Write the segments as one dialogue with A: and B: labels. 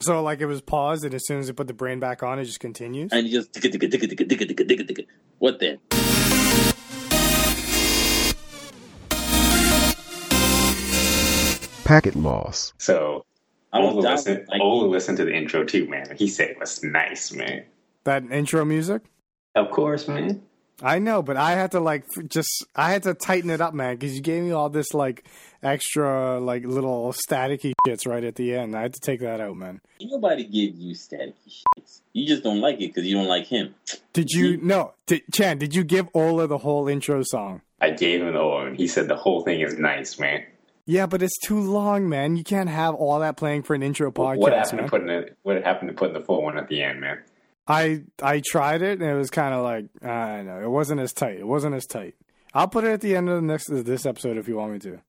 A: So like it was paused, and as soon as they put the brain back on, it just continues.
B: and you just ticka, ticka, ticka, ticka, ticka, ticka, ticka, ticka. what then?
C: Packet loss.
D: So
B: I was
D: Ola
B: down,
D: listened,
B: like-
D: Ola listened to the intro too, man. He said it was nice, man.
A: That intro music.
D: Of course, man.
A: I know, but I had to like f- just I had to tighten it up, man, because you gave me all this like extra like little staticky shits right at the end. I had to take that out, man.
B: Ain't Nobody give you static shits. You just don't like it because you don't like him.
A: Did you no did, Chan? Did you give Ola the whole intro song?
D: I gave him the Ola, and he said the whole thing is nice, man.
A: Yeah, but it's too long, man. You can't have all that playing for an intro podcast,
D: what happened
A: man.
D: to putting it? What happened to putting the full one at the end, man?
A: I I tried it and it was kind of like I don't know. It wasn't as tight. It wasn't as tight. I'll put it at the end of the next of this episode if you want me to. have to-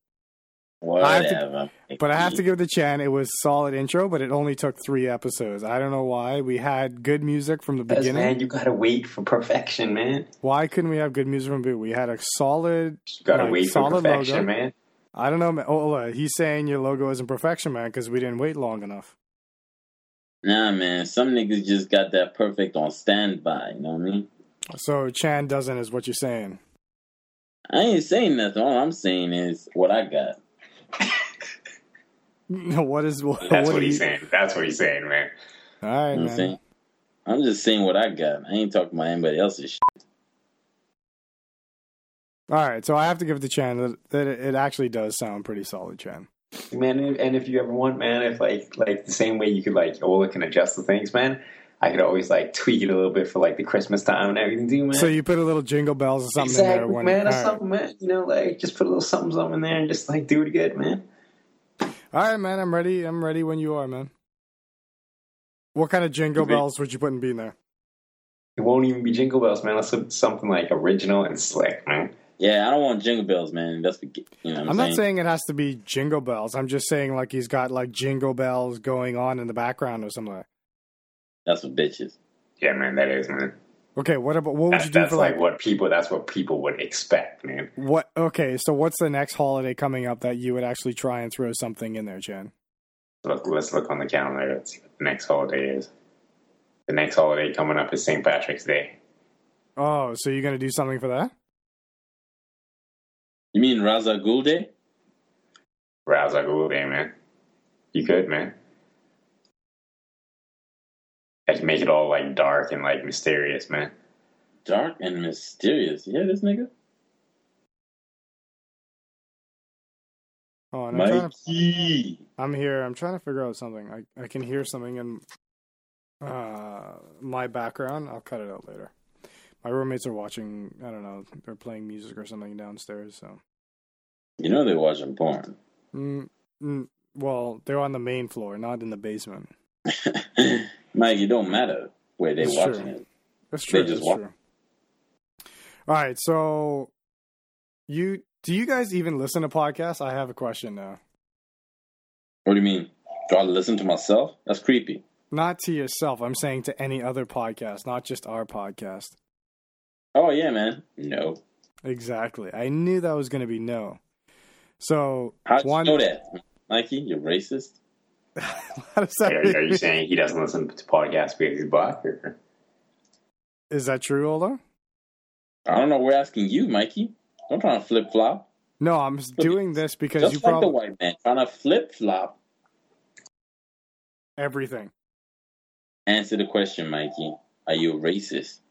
B: Whatever.
A: But I have to give the Chan. It was solid intro, but it only took three episodes. I don't know why. We had good music from the
D: Because,
A: beginning.
D: man, you gotta wait for perfection, man.
A: Why couldn't we have good music from the beginning? We had a solid.
D: You gotta
A: Like,
D: wait for
A: solid
D: perfection,
A: logo.
D: man.
A: I don't know, man. Ola, he's saying your logo isn't perfection, man, because we didn't wait long enough.
B: Nah, man. Some niggas just got that perfect on standby. You know what I mean?
A: So Chan doesn't is what you're saying.
B: I ain't saying nothing. All I'm saying is what I got.
A: what is what?
D: That's
A: what
D: what
A: do
D: he's
A: you-
D: saying. That's what he's saying, man.
A: All right,
B: You know what I'm
A: man.
B: saying? I'm just saying what I got. I ain't talking about anybody else's shit.
A: All right, so I have to give it to Chan that, that it, it actually does sound pretty solid, Chan.
D: man. and- And if you ever want, man, if like like the same way you could like Ola can adjust the things, man. I could always like tweak it a little bit for like the Christmas time and everything too, man.
A: So you put a little jingle bells or something in there.
D: exactly,
A: When,
D: man. Or
A: all right.
D: something, man. You know, like just put a little something, something in there and just like do it good, man.
A: All right, man. I'm ready. I'm ready when you are, man. What kind of jingle
D: Okay.
A: bells would you put in being there?
D: It won't even be jingle bells, man. Let's put something like original and slick, man.
B: Yeah, I don't want jingle bells, man. That's what, you know what I'm,
A: I'm
B: saying?
A: not saying it has to be jingle bells. I'm just saying like he's got like jingle bells going on in the background or something.
B: That's for bitches.
D: Yeah, man, that is, man.
A: Okay, what about what would
D: That's,
A: you do
D: that's
A: for
D: like,
A: like
D: what people. That's what people would expect, man.
A: what? Okay, so what's the next holiday coming up that you would actually try and throw something in there, Chan?
D: Look, let's look on the calendar. Let's see what the next holiday is. The next holiday coming up is St. Patrick's Day.
A: Oh, so you're gonna do something for that?
B: You mean Raza Ghul Day?
D: Rouse like, ooh, hey, man. You could, man. I'd make it all like dark and like mysterious, man.
B: Dark and mysterious. Yeah, this nigga.
A: Oh, and I'm, trying to,
B: Mikey.
A: I'm here. I'm trying to figure out something. I I can hear something in uh my background. I'll cut it out later. My roommates are watching. I don't know. They're playing music or something downstairs. So.
B: You know they're watching porn.
A: Mm, mm, well, they're on the main floor, not in the basement.
B: Mike, it don't matter where they're
A: It's
B: watching
A: true.
B: it.
A: That's
B: They
A: true.
B: just
A: that's
B: walk-
A: true. All right, so you do you guys even listen to podcasts? I have a question now.
B: What do you mean? Do I listen to myself? That's creepy.
A: Not to yourself. I'm saying to any other podcast, not just our podcast.
B: Oh yeah, man. No.
A: Exactly. I knew that was going to be no. So
B: How'd
A: one,
B: you know that? Mikey, you're racist?
A: How does that
D: Are, are you saying he doesn't listen to podcasts because he's black? Or?
A: is that true, Ola?
B: I don't know, we're asking you, Mikey. Don't try to flip flop.
A: No, I'm doing this because
B: Just
A: you
B: like
A: probably
B: the white man trying to flip flop.
A: everything.
B: Answer the question, Mikey. Are you a racist?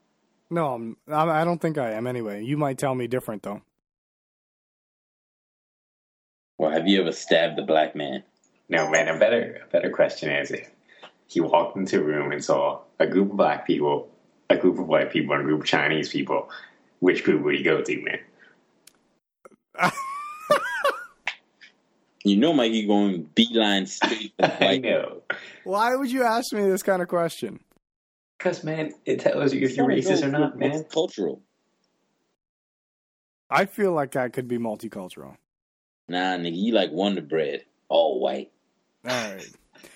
A: No, I'm, I I don't think I am. Anyway, you might tell me different though.
B: Well, have you ever stabbed a black man?
D: No, man. A better, a better question is if he walked into a room and saw a group of black people, a group of white people, and a group of Chinese people. Which group would he go to, man?
B: You know Mikey going beeline straight for the
D: I
B: white
D: know.
A: Why would you ask me this kind of question?
D: Because, man, it tells you if you're racist or not, man.
B: It's cultural.
A: I feel like I could be multicultural.
B: Nah, nigga, you like Wonder Bread. All white.
A: All right.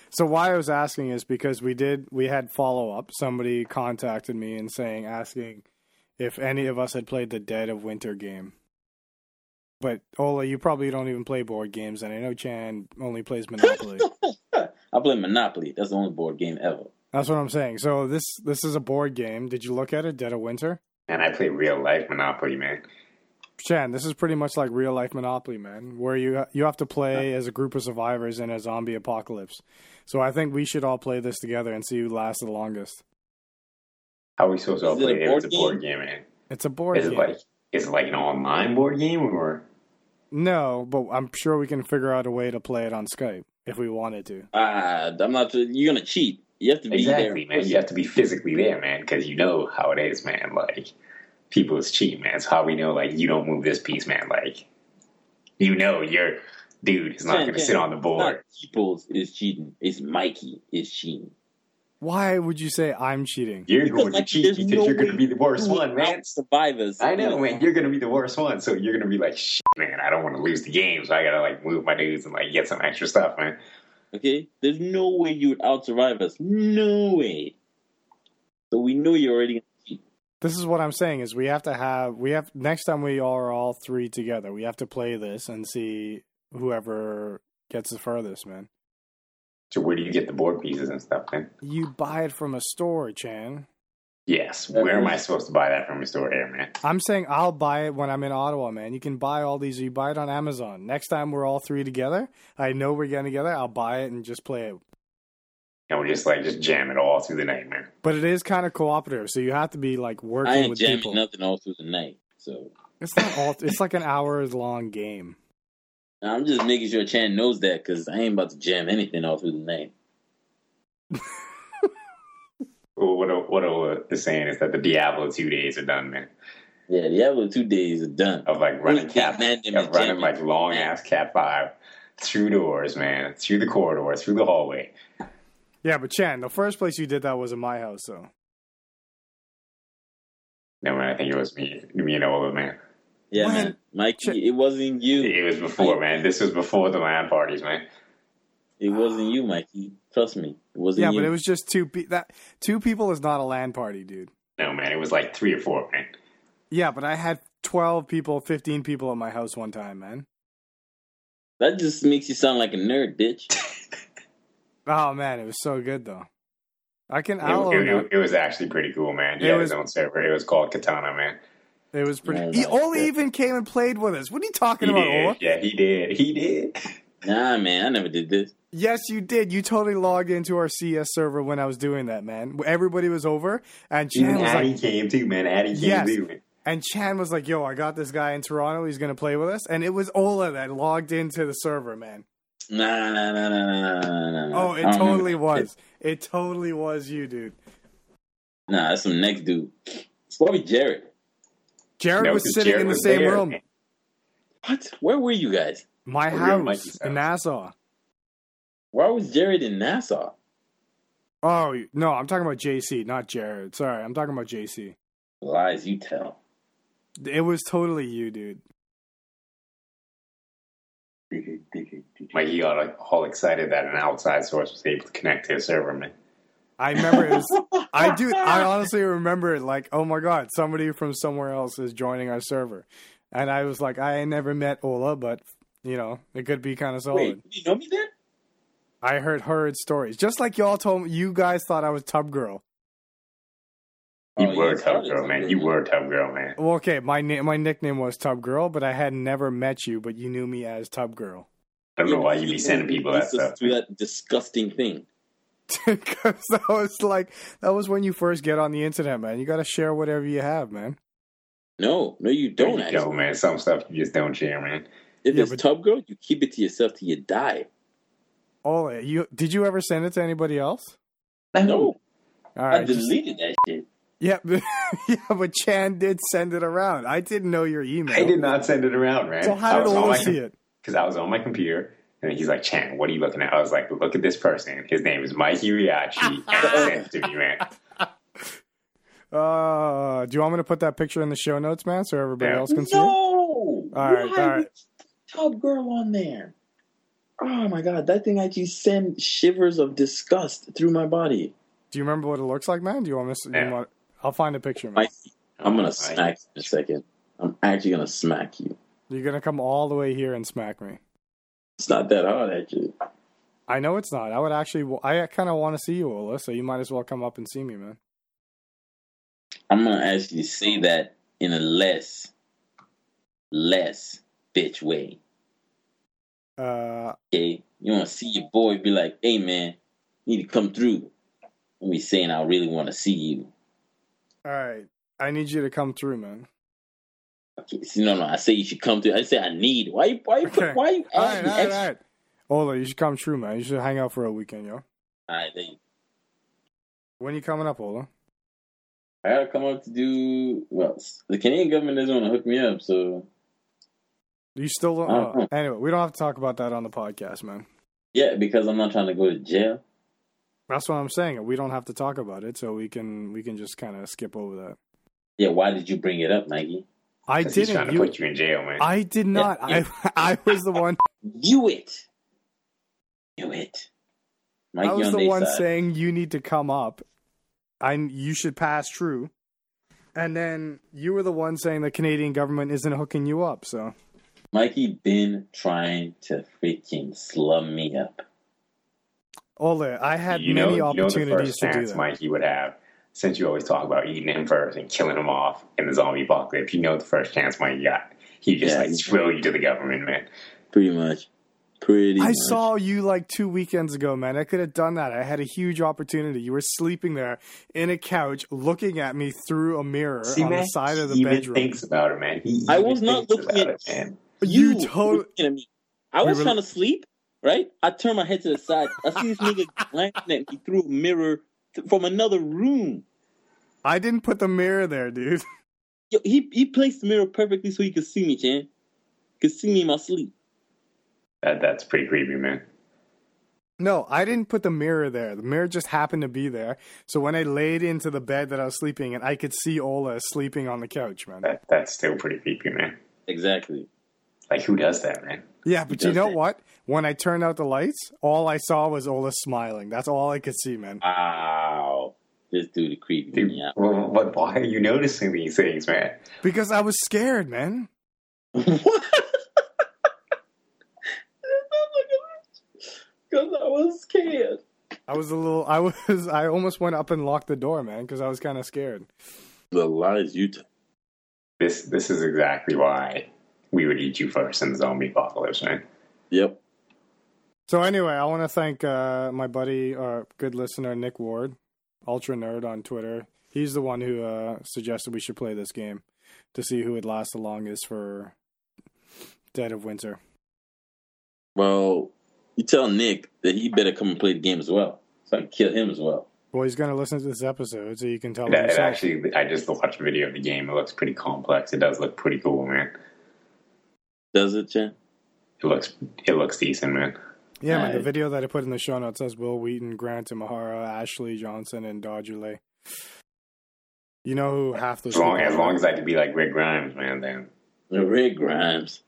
A: So why I was asking is because we did we had follow up. Somebody contacted me and saying asking if any of us had played the Dead of Winter game. But Ola, you probably don't even play board games, and I know Chan only plays Monopoly.
B: I I play Monopoly. That's the only board game ever.
A: That's what I'm saying. So this this is a board game. Did you look at it? Dead of Winter.
D: And I play real life Monopoly, man.
A: Chan, this is pretty much like real life Monopoly, man, where you you have to play as a group of survivors in a zombie apocalypse. So I think we should all play this together and see who lasts the longest.
D: How are we supposed to all
B: Is it a
D: play it? It's a
B: board
D: board game, man.
A: It's a board
D: Is it
A: game.
D: like is it like an online board game or
A: No, but I'm sure we can figure out a way to play it on Skype if we wanted to.
B: Ah, I'm not. sure- You're gonna cheat. You have to be
D: exactly,
B: there.
D: man? You have to be physically there, man, because you know how it is, man. Like people is cheap, man. It's how we know, like you don't move this piece, man. Like you know your dude is not
B: Ken,
D: going to
B: Ken,
D: sit on the
B: It's not
D: board.
B: people's is cheating. It's Mikey is cheating.
A: Why would you say I'm cheating?
D: You're
B: Because,
D: going
B: like,
D: to cheat
B: there's
D: because
B: no
D: you're going
B: way
D: to be the worst
B: Who
D: one, man.
B: out Survivors.
D: I know, man. You're gonna be the worst one, so you're gonna be like, Shit, man. I don't want to lose the game, so I gotta like move my dudes and like get some extra stuff, man.
B: Okay, there's no way you would out survive us. No way. So we know you're already.
A: This is what I'm saying is we have to have we have next time we are all three together, we have to play this and see whoever gets the furthest, man.
D: So where do you get the board pieces and stuff, then?
A: You buy it from a store, Chan.
D: Yes.
B: That
D: Where am
B: is-
D: I supposed to buy that from a store here, man?
A: I'm saying I'll buy it when I'm in Ottawa, man. You can buy all these. You buy it on Amazon. Next time we're all three together, I know we're getting together. I'll buy it and just play it.
D: And we just like just jam it all through the night, man.
A: But it is kind of cooperative, so you have to be like working
B: I ain't
A: with
B: jamming
A: people.
B: nothing all through the night. So
A: It's not all. It's like an hours long game.
B: I'm just making sure Chan knows that because I ain't about to jam anything all through the night.
D: Well, What what Ola is saying is that the Diablo two days are done, man.
B: Yeah, the other two days are done.
D: Of like running
B: Who's
D: cap,
B: that man named
D: of running
B: Jimmy?
D: like long ass cat five through doors, man, through the corridor, through the hallway.
A: Yeah, but Chan, the first place you did that was in my house, so
D: No, man, I think it was me, me and Ola, man.
B: Yeah,
A: What?
B: man. Mikey,
A: Ch-
B: it wasn't you.
D: It was before, man. This was before the land parties, man.
B: It wasn't you, Mikey. Trust me. It wasn't
A: yeah.
B: you.
A: But it was just two. Pe- that two people is not a land party, dude.
D: No, man, it was like three or four, man.
A: Yeah, but I had twelve people, fifteen people at my house one time, man.
B: That just makes you sound like a nerd, bitch.
A: Oh man, it was so good though. I can. I'll
D: It,
A: own
D: it,
A: up.
D: it, was actually pretty cool, man. He
A: It
D: had
A: was-
D: his own server. It was called Katana, man.
A: It was pretty.
B: Yeah,
A: he
B: nice.
A: only even came and played with us. What are you talking
D: He
A: about,
D: did.
A: Ola?
D: Yeah, he did. He did.
B: Nah, man, I never did this.
A: Yes, you did. You totally logged into our CS server when I was doing that, man. Everybody was over, and Chan
D: Even
A: was
D: Addy
A: like,
D: came too, man. Addy came
A: Yes.
D: too, man.
A: and Chan was like, "Yo, I got this guy in Toronto. He's gonna play with us." And it was Ola that logged into the server, man.
B: Nah, nah, nah, nah, nah, nah, nah, nah.
A: Oh,
B: I
A: it
B: don't remember
A: totally
D: Mm-hmm.
B: that
A: was.
B: shit.
A: It totally was you, dude.
B: Nah, that's some next dude. It's probably Jared.
A: Jared
D: No,
A: was
D: 'cause
A: sitting
D: Jared
A: in the
D: was
A: same
D: there,
A: room.
D: man.
B: What? Where were you guys?
A: My
D: We were in
A: house
D: Mikey's
A: in
D: house.
A: Nassau.
B: Why was Jared in Nassau?
A: Oh no, I'm talking about JC, not Jared. Sorry, I'm talking about JC.
B: Lies you tell.
A: It was totally you, dude.
D: Like he got all excited that an outside source was able to connect to his server, man.
A: I remember it was I do. I honestly remember it like, oh my god, somebody from somewhere else is joining our server, and I was like, I never met Ola, but you know, it could be kind of solid.
B: Wait, you know me then?
A: I heard horrid stories, just like y'all told me. You guys thought I was tub girl.
D: You
B: Oh, yeah,
D: were
B: it's
D: tough
B: hard,
D: girl,
B: it's
D: man.
B: hard,
D: You
B: man.
D: were tough girl, man.
A: Well, okay, my na- my nickname was tub girl, but I had never met you, but you knew me as tub girl.
D: I don't know why you be sending people that stuff.
B: Do that uh, disgusting thing.
A: Because that was like that was when you first get on the internet, man. You got to share whatever you have, man.
B: No, no, you
D: There
B: don't.
D: you
B: actually.
D: go, man. Some stuff you just don't share, man.
B: If
A: Yeah,
B: it's
A: but-
B: tub girl, you keep it to yourself till you die.
A: Ola, Oh, you did you ever send it to anybody else?
B: No,
A: All
B: I
A: right, just-
B: deleted that shit.
A: Yeah, but, yeah, but Chan did send it around. I didn't know your email.
D: I did not send it around, man.
A: So how did Ola see it?
D: Because I was on my computer, and he's like, Chan, what are you looking at? I was like, look at this person. His name is Mikey Riachi. and he sent it to me, man.
A: Uh, do you want me to put that picture in the show notes, man, so everybody
D: Yeah.
A: else can see
B: no,
A: it?
B: why
A: right, all right.
B: would tub girl on there? Oh my god, that thing actually sent shivers of disgust through my body.
A: Do you remember what it looks like, man? Do you want me to?
D: Yeah.
A: You want, I'll find a picture, man.
B: Mike, I'm gonna
D: Oh,
B: smack you in a second. I'm actually gonna smack you.
A: You're gonna come all the way here and smack me.
B: It's not that hard, actually.
A: I know it's not. I would actually. I kind of want to see you, Ola. So you might as well come up and see me, man.
B: I'm gonna actually say that in a less, less bitch way.
A: Uh,
B: Okay, you wanna see your boy? Be like, hey man, you need to come through. Let me saying I really want to see you.
A: all right. I need you to come through, man.
B: Okay, see, no, no, I say you should come through. I say I need. Why you? Why you?
A: Okay.
B: Put, why you
A: All right,
B: adding
A: all right,
B: extra?
A: all right. Ola, you should come through, man. You should hang out for a weekend, yo.
B: All right, then.
A: When you coming up, Ola?
B: I gotta come up to do. Well, the Canadian government doesn't want to hook me up, so
A: You still don't.
B: Uh-huh.
A: Uh, anyway, we don't have to talk about that on the podcast, man.
B: yeah, because I'm not trying to go to jail.
A: That's what I'm saying. We don't have to talk about it, so we can we can just kind of skip over that.
B: Yeah, why did you bring it up, Mikey?
A: I
D: 'Cause he's trying
A: didn't.
D: to
A: You,
D: put you in jail, man.
A: I did not.
B: yeah.
A: I I was the one.
B: View it. View it. Mikey
A: I was
B: on
A: the
B: their
A: one
B: side.
A: saying you need to come up, and you should pass true. And then you were the one saying the Canadian government isn't hooking you up. So
B: Mikey been trying to freaking slum me up.
A: Ole, I had
D: you know,
A: many
D: you know the
A: opportunities
D: first
A: to do
D: chance
A: that.
D: Mikey would have, since you always talk about eating him first and killing him off in the zombie apocalypse. You know the first chance Mikey got, he just like
B: Yes.
D: thrill you to the government, man.
B: Pretty much. Pretty
A: I
B: much.
A: saw you like two weekends ago, man. I could have done that. I had a huge opportunity. You were sleeping there in a couch, looking at me through a mirror
D: See,
A: on
D: man,
A: the side of the
D: he even
A: bedroom.
D: thinks about it, man. He
B: I
D: even
B: was not
D: thinks
B: looking
D: about
B: at-
D: it, man.
A: You
B: were
A: totally-
B: looking at me. I
A: We
B: was
A: were-
B: trying to sleep, right? I turned my head to the side. I see this nigga glancing at me through a mirror th- from another room.
A: I didn't put the mirror there, dude.
B: Yo, he he placed the mirror perfectly so he could see me, Chan. Could see me in my sleep.
D: That, that's pretty creepy, man.
A: No, I didn't put the mirror there. The mirror just happened to be there. So when I laid into the bed that I was sleeping in, I could see Ola sleeping on the couch, man.
D: That that's still pretty creepy, man.
B: Exactly.
D: Like who does that, man?
A: Yeah, but you
B: does
A: know
B: it.
A: what? When I turned out the lights, all I saw was Ola smiling. That's all I could see, man.
B: Wow. This dude creeped
D: Dude,
B: me out.
D: well, what? Why are you noticing these things, man?
A: Because I was scared, man.
B: what? Because I was scared.
A: I was a little. I was. I almost went up and locked the door, man, because I was kind of scared.
B: The lies you tell.
D: This this is exactly why we would eat you first in the zombie apocalypse, man.
B: Yep.
A: So anyway, I want to thank uh, my buddy, our good listener Nick Ward, Ultra Nerd on Twitter. He's the one who uh, suggested we should play this game to see who would last the longest for Dead of Winter.
B: Well, you tell Nick that he better come and play the game as well. So I can kill him as well.
A: Well, he's going to listen to this episode, so you can tell him.
D: That, it
A: yourself.
D: actually, I just watched a video of the game. It looks pretty complex. It does look pretty cool, man.
B: Does it, Chan?
D: It looks it looks decent, man.
A: Yeah, man. The
B: Uh,
A: video that I put in the show notes says Will Wheaton, Grant Imahara, Ashley Johnson, and Dodger Lay. You know who half those
D: As long
A: people
D: as
A: are.
D: long as I could be like Rick Grimes, man, then
B: Red Grimes.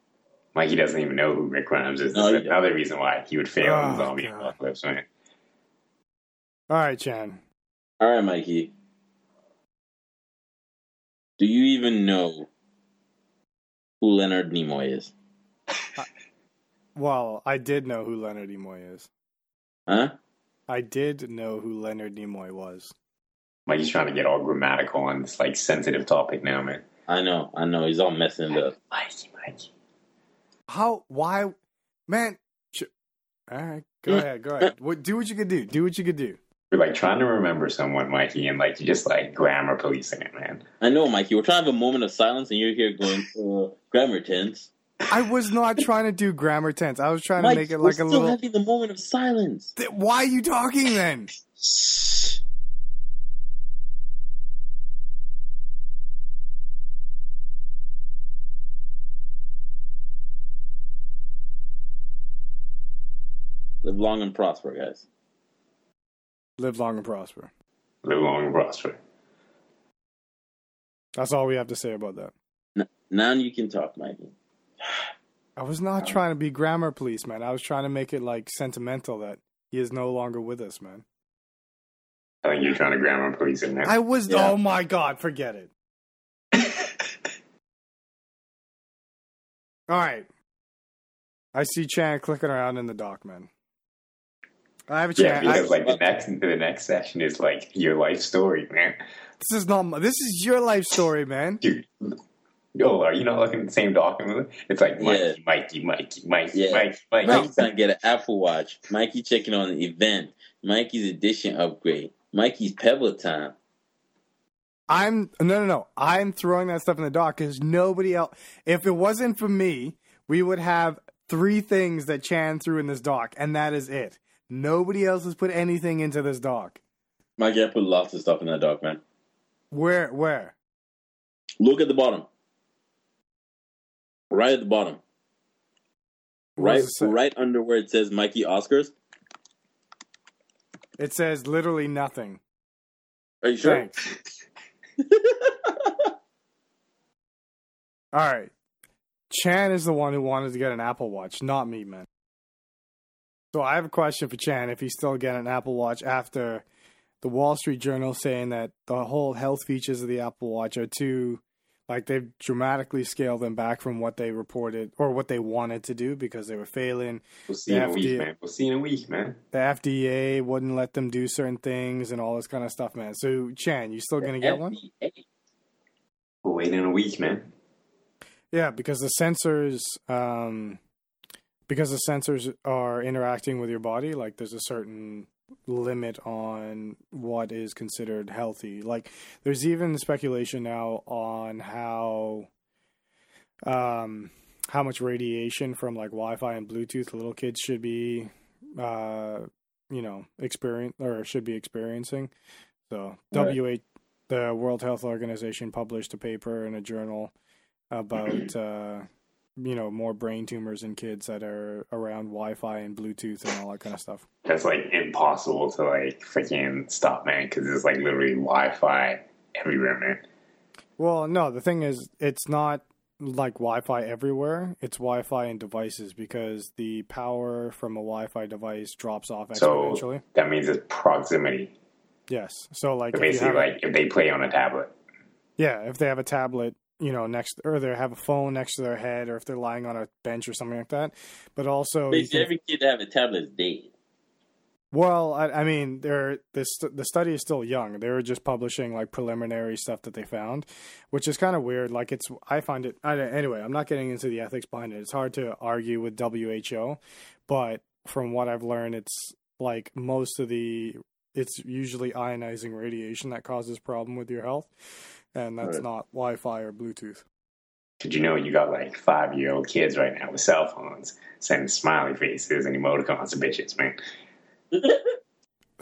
D: Mikey doesn't even know who Rick Grimes is. This
B: No,
D: is
B: he doesn't.
D: another reason why he would fail in
A: Oh,
D: the zombie
A: God.
D: apocalypse, man.
A: All right, Chan.
B: All right, Mikey. Do you even know who Leonard Nimoy is?
A: Well, I did know who Leonard Nimoy is.
B: Huh?
A: I did know who Leonard Nimoy was.
D: Mikey's trying to get all grammatical on this like sensitive topic now, man.
B: I know, I know. He's all messing it up.
D: Mikey, Mikey.
A: How? Why? Man. Ch- All right. Go
B: Mm.
A: ahead. Go ahead. What, do what you could do. Do what you could do.
D: We're like trying to remember someone, Mikey, and like you just like grammar policing it, man.
B: I know, Mikey. We're trying to have a moment of silence, and you're here going uh, grammar tense.
A: I was not trying to do grammar tense. I was trying
B: Mike,
A: to make it
B: we're
A: like a
B: still
A: little.
B: having the moment of silence.
A: Th- why are you talking then?
B: Shh. Live long and prosper, guys.
A: Live long and prosper.
D: Live long and prosper.
A: That's all we have to say about that.
B: N- now you can talk, Mikey.
A: I was
B: Uh.
A: not trying to be grammar police, man. I was trying to make it like sentimental that he is no longer with us, man.
D: I think you're trying to grammar police it, man.
A: I was.
B: Yeah.
A: Oh my god, forget it. All right. I see Chan clicking around in the dock, man. I have a
D: Yeah,
A: chance. I-
D: because like the next the next session is like your life story, man.
A: this is not. My, this is your life story, man.
D: Dude, yo, are you not looking at the same document? It's like Mikey,
B: Yeah.
D: Mikey, Mikey, Mikey,
B: Yeah.
D: Mikey, Mikey.
B: Mikey's trying to get an Apple Watch. Mikey checking on the event. Mikey's edition upgrade. Mikey's Pebble time.
A: I'm no, no, no. I'm throwing that stuff in the dock because nobody else. If it wasn't for me, we would have three things that Chan threw in this dock, and that is it. Nobody else has put anything into this dock.
B: Mikey, I put lots of stuff in that doc, man.
A: Where? Where?
B: Look at the bottom. Right at the bottom.
A: What
B: Right
A: does it say?
B: right under where it says Mikey Oscars.
A: It says literally nothing.
B: Are you sure?
A: Thanks. All right. Chan is the one who wanted to get an Apple Watch, not me, man. So I have a question for Chan if he's still getting an Apple Watch after the Wall Street Journal saying that the whole health features of the Apple Watch are too like they've dramatically scaled them back from what they reported or what they wanted to do because they were failing.
D: We'll see you in a
A: Yeah,
D: week,
A: dude.
D: man. We'll see you in a week, man.
A: The FDA wouldn't let them do certain things and all this kind of stuff, man. So Chan, you still gonna get one?
B: FDA.
D: We'll wait in a week, man.
A: Yeah, because the sensors, um, because the sensors are interacting with your body, like there's a certain limit on what is considered healthy. Like there's even speculation now on how, um, how much radiation from like Wi-Fi and Bluetooth little kids should be, uh, you know, experience or should be experiencing. So
B: Right.
A: WH, the World Health Organization, published a paper in a journal about uh, you know more brain tumors in kids that are around Wi-Fi and Bluetooth and all that kind of stuff.
D: That's like impossible to like freaking stop, man, because it's like literally Wi-Fi everywhere, man.
A: Well, no, the thing is, it's not like Wi-Fi everywhere. It's Wi-Fi in devices because the power from a Wi-Fi device drops off
D: So-
A: exponentially.
D: That means it's proximity.
A: yes, so like
D: So
A: if you
D: basically,
A: have a-
D: like if they play on a tablet,
A: yeah, if they have a tablet, you know, next or they have a phone next to their head, or if they're lying on a bench or something like that. But also, you
B: Basically,
A: can
B: every kid that have a tablet is dead.
A: Well, I, I mean, they're this the study is still young. They were just publishing like preliminary stuff that they found, which is kind of weird. Like it's I find it I don't, anyway. I'm not getting into the ethics behind it. It's hard to argue with WHO, but from what I've learned, it's like most of the it's usually ionizing radiation that causes problem with your health, and that's
B: Right.
A: not Wi-Fi or Bluetooth.
D: did you know you got like five-year-old kids right now with cell phones sending smiley faces and emoticons to bitches, man?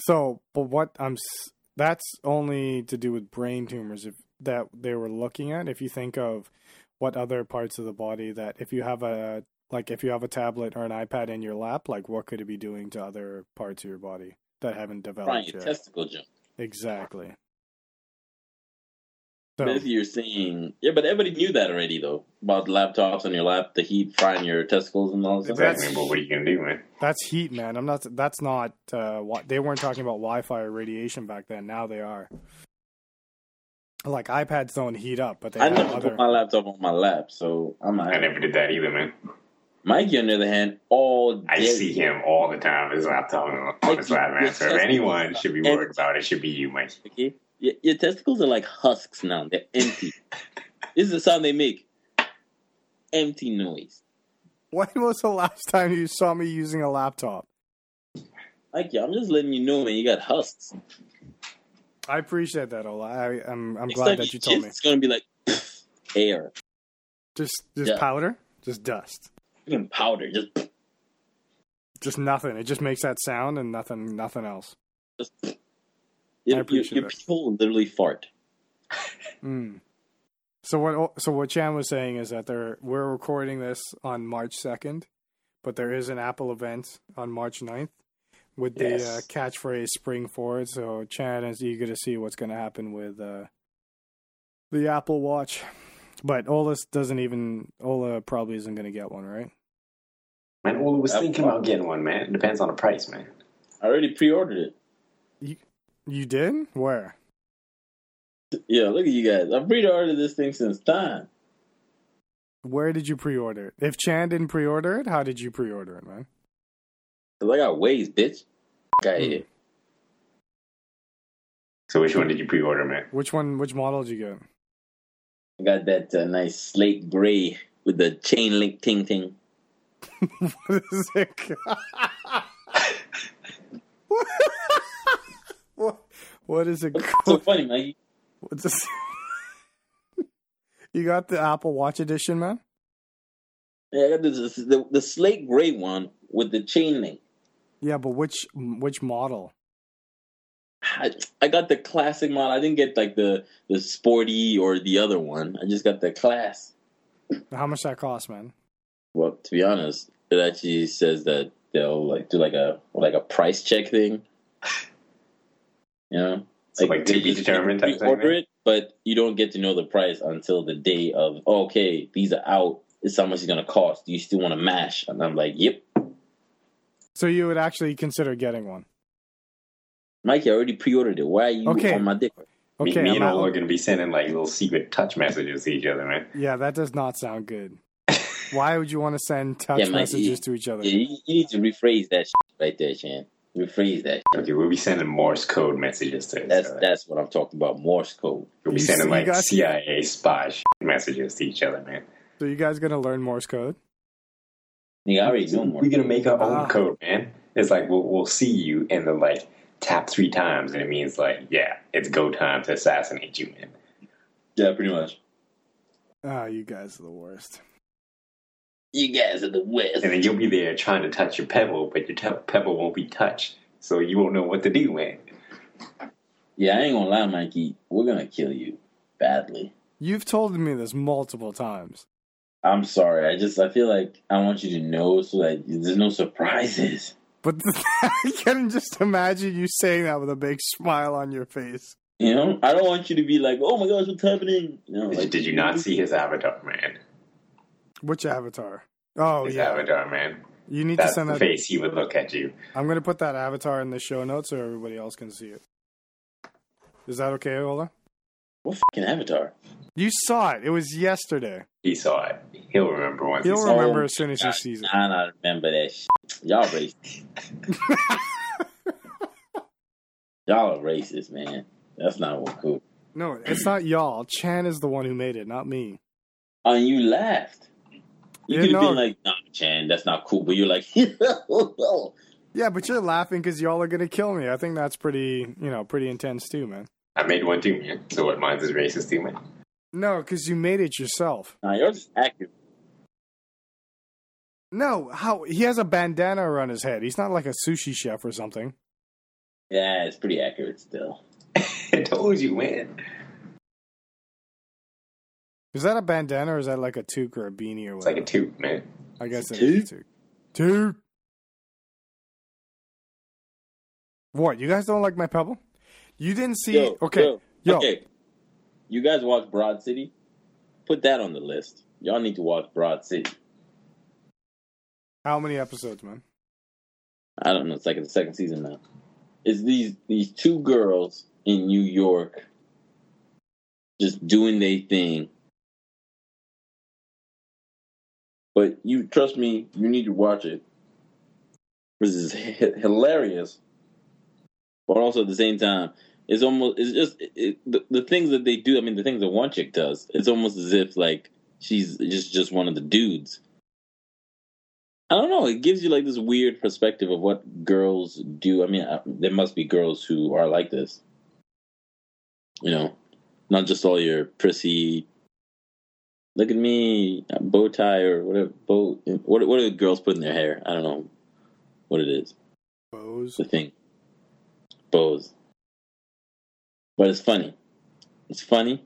A: So, but what I'm s- that's only to do with brain tumors if that they were looking at. If you think of what other parts of the body that if you have a like if you have a tablet or an iPad in your lap, like what could it be doing to other parts of your body that haven't
B: Brian,
A: developed yet?
B: testicle jump.
A: exactly. So
B: Basically, you're seeing. Yeah, but everybody knew that already, though, about the laptops on your lap, the heat frying your testicles and all that
A: That's-
D: Exactly. But what are you gonna do, man?
A: that's heat, man. I'm not. That's not. Uh, what they weren't talking about Wi-Fi or radiation back then. Now they are. Like iPads don't heat up, but they
B: I
A: have
B: never
A: other.
B: put my laptop on my lap, so I'm not.
D: I never did that either, man.
B: Mikey, on the other hand, all day.
D: I see him all the time with his laptop and on his lap, man. So if anyone should be worried about it, it should be you, Mike.
B: Okay? Your, your testicles are like husks now. They're empty. this is the sound they make. Empty noise.
A: When was the last time you saw me using a laptop?
B: Mikey, I'm just letting you know, man, you got husks.
A: I appreciate that, Ola. I, I'm I'm glad that you told me.
B: It's going to be like air.
A: Just just
B: Yeah.
A: powder, just dust,
B: Even powder. Just,
A: just nothing. It just makes that sound and nothing nothing else.
B: just your, your,
A: appreciate
B: your
A: that.
B: people will literally fart.
A: Mm. So what so what Chan was saying is that there we're recording this on March second, but there is an Apple event on March 9th with the
D: Yes.
A: uh, catchphrase "Spring Forward." So Chan is eager to see what's going to happen with uh, the Apple Watch, but Ola doesn't even Ola probably isn't going to get one, right?
D: Man, Ola was
B: That-
D: thinking about getting one, man. It depends on the price, man.
B: I already pre ordered it.
A: You did? Where?
B: Yeah, look at you guys. I've pre-ordered this thing since time.
A: Where did you pre-order it? If Chan didn't pre-order it, how did you pre-order it, man?
B: Cause I got ways, bitch. out of
A: Hmm.
B: here.
D: So which one did you pre-order, man?
A: Which one? Which model did you get?
B: I got that uh, nice slate gray with the chain link ting ting.
A: What is it? what, what is it
B: It's so
A: called?
B: funny, man.
A: What's this? you got the Apple Watch edition, man?
B: Yeah, I got this, this- the, the slate gray one with the chain link.
A: Yeah, but which which model?
B: I, I got the classic model. I didn't get like the the sporty or the other one. I just got the class.
A: How much that cost, man?
B: Well, to be honest, it actually says that they'll like do like a like a price check thing. You know,
D: So, like, to
B: they
D: be
B: just-
D: determined
B: you
D: type thing,
B: order
D: right?
B: it, but you don't get to know the price until the day of. oh, okay, these are out. It's how much it's gonna cost. Do you still want to mash? And I'm like, yep,
A: So you would actually consider getting one?
B: Mikey, I already pre-ordered it. Why are you
A: Okay.
B: on my dick?
D: Me-
A: Okay,
D: me,
A: I'm
D: and
A: out.
D: Ola are gonna be sending like little secret touch messages to each other, man.
A: yeah, that does not sound good. Why would you want to send touch
B: Yeah, my-
A: messages to each other?
B: Yeah, you, you need to rephrase that shit right there, Chan. Rephrase that. shit.
D: Okay, we'll be sending Morse code messages to each
B: That's
D: other.
B: that's what I'm talking about. Morse code.
D: We'll be
A: You
D: sending
A: see,
D: like
A: guys?
D: CIA spy shit messages to each other, man.
A: So you guys gonna learn Morse code?
B: Nigga, I already know Morse.
D: We're gonna make our own
A: Ah.
D: code, man. It's like we'll we'll see you and then like tap three times and it means like, yeah, it's go time to assassinate you, man.
B: Yeah, pretty much.
A: Ah, you guys are the worst.
B: You guys are the worst.
D: And then you'll be there trying to touch your pebble, but your te- pebble won't be touched. So you won't know what to do, man.
B: Yeah, I ain't gonna lie, Mikey. We're gonna kill you badly.
A: You've told me this multiple times.
B: I'm sorry. I just I feel like I want you to know so that there's no surprises.
A: But I can just imagine you saying that with a big smile on your face.
B: You know, I don't want you to be like, "Oh my gosh, what's happening?" You know,
D: Did,
B: like,
D: did you not see his avatar, man?
A: Which avatar? Oh
D: His
A: yeah,
D: avatar, man.
A: you need to
D: That's
A: send
D: the
A: that.
D: face he would look at you.
A: I'm gonna put that avatar in the show notes so everybody else can see it. Is that okay, Ola?
B: What fucking avatar?
A: You saw it. It was yesterday.
D: He saw it. He'll remember once he
A: He'll
D: saw it.
A: remember as soon as he sees it.
B: I don't remember that. Shit. Y'all racist. Y'all are racist, man. That's not what cool.
A: No, it's not y'all. Chan is the one who made it, not me.
B: Oh, And you laughed. You
A: Yeah,
B: could have
A: no.
B: been like, nah, Chan, that's not cool. But you're like, oh,
A: Yeah, but you're laughing because y'all are gonna kill me. I think that's pretty, you know, pretty intense too, man.
D: I made one too, man. So what mine's is racist too, man.
A: No, because you made it yourself.
B: nah, you're just acting.
A: No, how he has a bandana around his head. He's not like a sushi chef or something.
B: Yeah, it's pretty accurate still.
D: I told you, man.
A: Is that a bandana or is that like a toque or a beanie or
D: It's like
A: whatever?
D: a toot, man.
A: I guess
B: It's
A: it
B: a
A: is a toque. Toque. What? You guys don't like my pebble? You didn't see?
B: Yo,
A: okay,
B: yo,
A: yo.
B: okay. You guys watch Broad City? Put that on the list. Y'all need to watch Broad City.
A: How many episodes, man?
B: I don't know. It's like in the second season now. It's these these two girls in New York, just doing their thing. But you trust me, you need to watch it. This is hi- hilarious, but also at the same time, it's almost it's just it, it, the the things that they do. I mean, the things that one chick does. It's almost as if like she's just just one of the dudes. I don't know. It gives you like this weird perspective of what girls do. I mean, I, there must be girls who are like this. You know, not just all your prissy. Look at me, bow tie or whatever. Bow. What what do the girls put in their hair? I don't know what it is.
A: Bows.
B: The thing, bows. But it's funny. It's funny.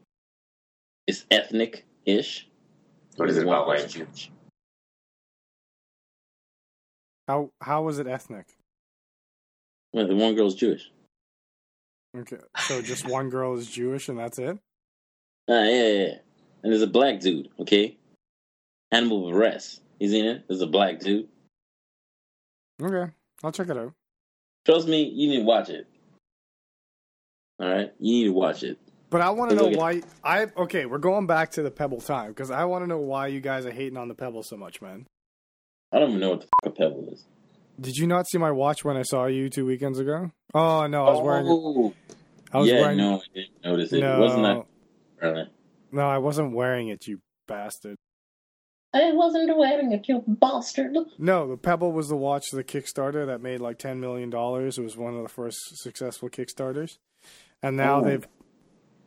B: It's ethnic ish.
D: What is it about, like?
A: How how was it ethnic?
B: Well, the one girl's Jewish.
A: Okay, so just one girl is Jewish and that's it.
B: Ah, yeah, yeah, yeah. And there's a black dude, okay? Hannibal Buress. He's in it. There's a black dude.
A: Okay, I'll check it out.
B: Trust me, you need to watch it. All right? You need to watch it.
A: But I want to
B: Let's
A: know why
B: look
A: I okay. We're going back to the Pebble time because I want to know why you guys are hating on the Pebble so much, man.
B: I don't even know what the fuck a pebble is.
A: Did you not see my watch when I saw you two weekends ago? Oh no, I was wearing.
B: oh,
A: I was
B: yeah,
A: wearing.
B: no, I didn't notice it.
A: no,
B: It wasn't that early.
A: no, I wasn't wearing it, you bastard.
B: I wasn't wearing it, you bastard.
A: No, the Pebble was the watch, the Kickstarter that made like ten million dollars. It was one of the first successful Kickstarters, and now
B: Oh.
A: they've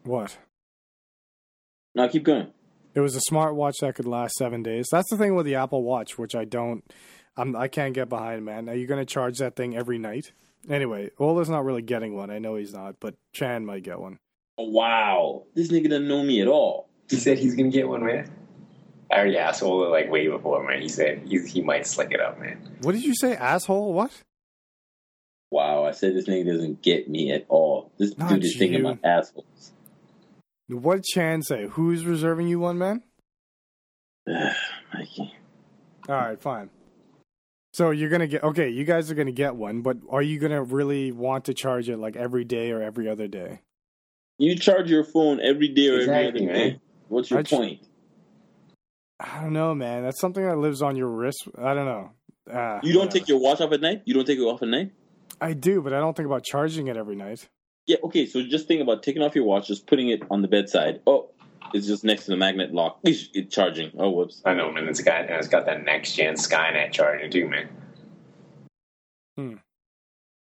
A: what?
B: No, keep going.
A: It was a smart watch that could last seven days. That's the thing with the Apple Watch, which I don't, I'm, I can't get behind. Man, are you going to charge that thing every night? Anyway, Ola's not really getting one. I know he's not, but Chan might get one.
B: Oh, wow, this nigga doesn't know me at all.
D: He said he's gonna get one, man. I already asked Ola like way before, man. He said he, he might slick it up, man.
A: What did you say, asshole? What?
B: Wow, I said this nigga doesn't get me at all. This
A: Not
B: dude is thinking
A: you.
B: about assholes.
A: What did Chan say? Who's reserving you one, man?
B: I can't.
A: All right, fine. So you're gonna get okay. You guys are gonna get one, but are you gonna really want to charge it like every day or every other day?
B: You charge your phone every day or
D: Exactly,
B: every other day.
D: man.
B: What's your
A: I ch-
B: point?
A: I don't know, man. That's something that lives on your wrist. I don't know. Uh,
B: You don't take your watch off at night. You don't take it off at night.
A: I do, but I don't think about charging it every night.
B: Yeah, okay, so just think about taking off your watch, just putting it on the bedside. Oh, it's just next to the magnet lock. Eesh, It's charging. Oh, whoops.
D: I know, man. It's got it's got that next gen Skynet charger too, man.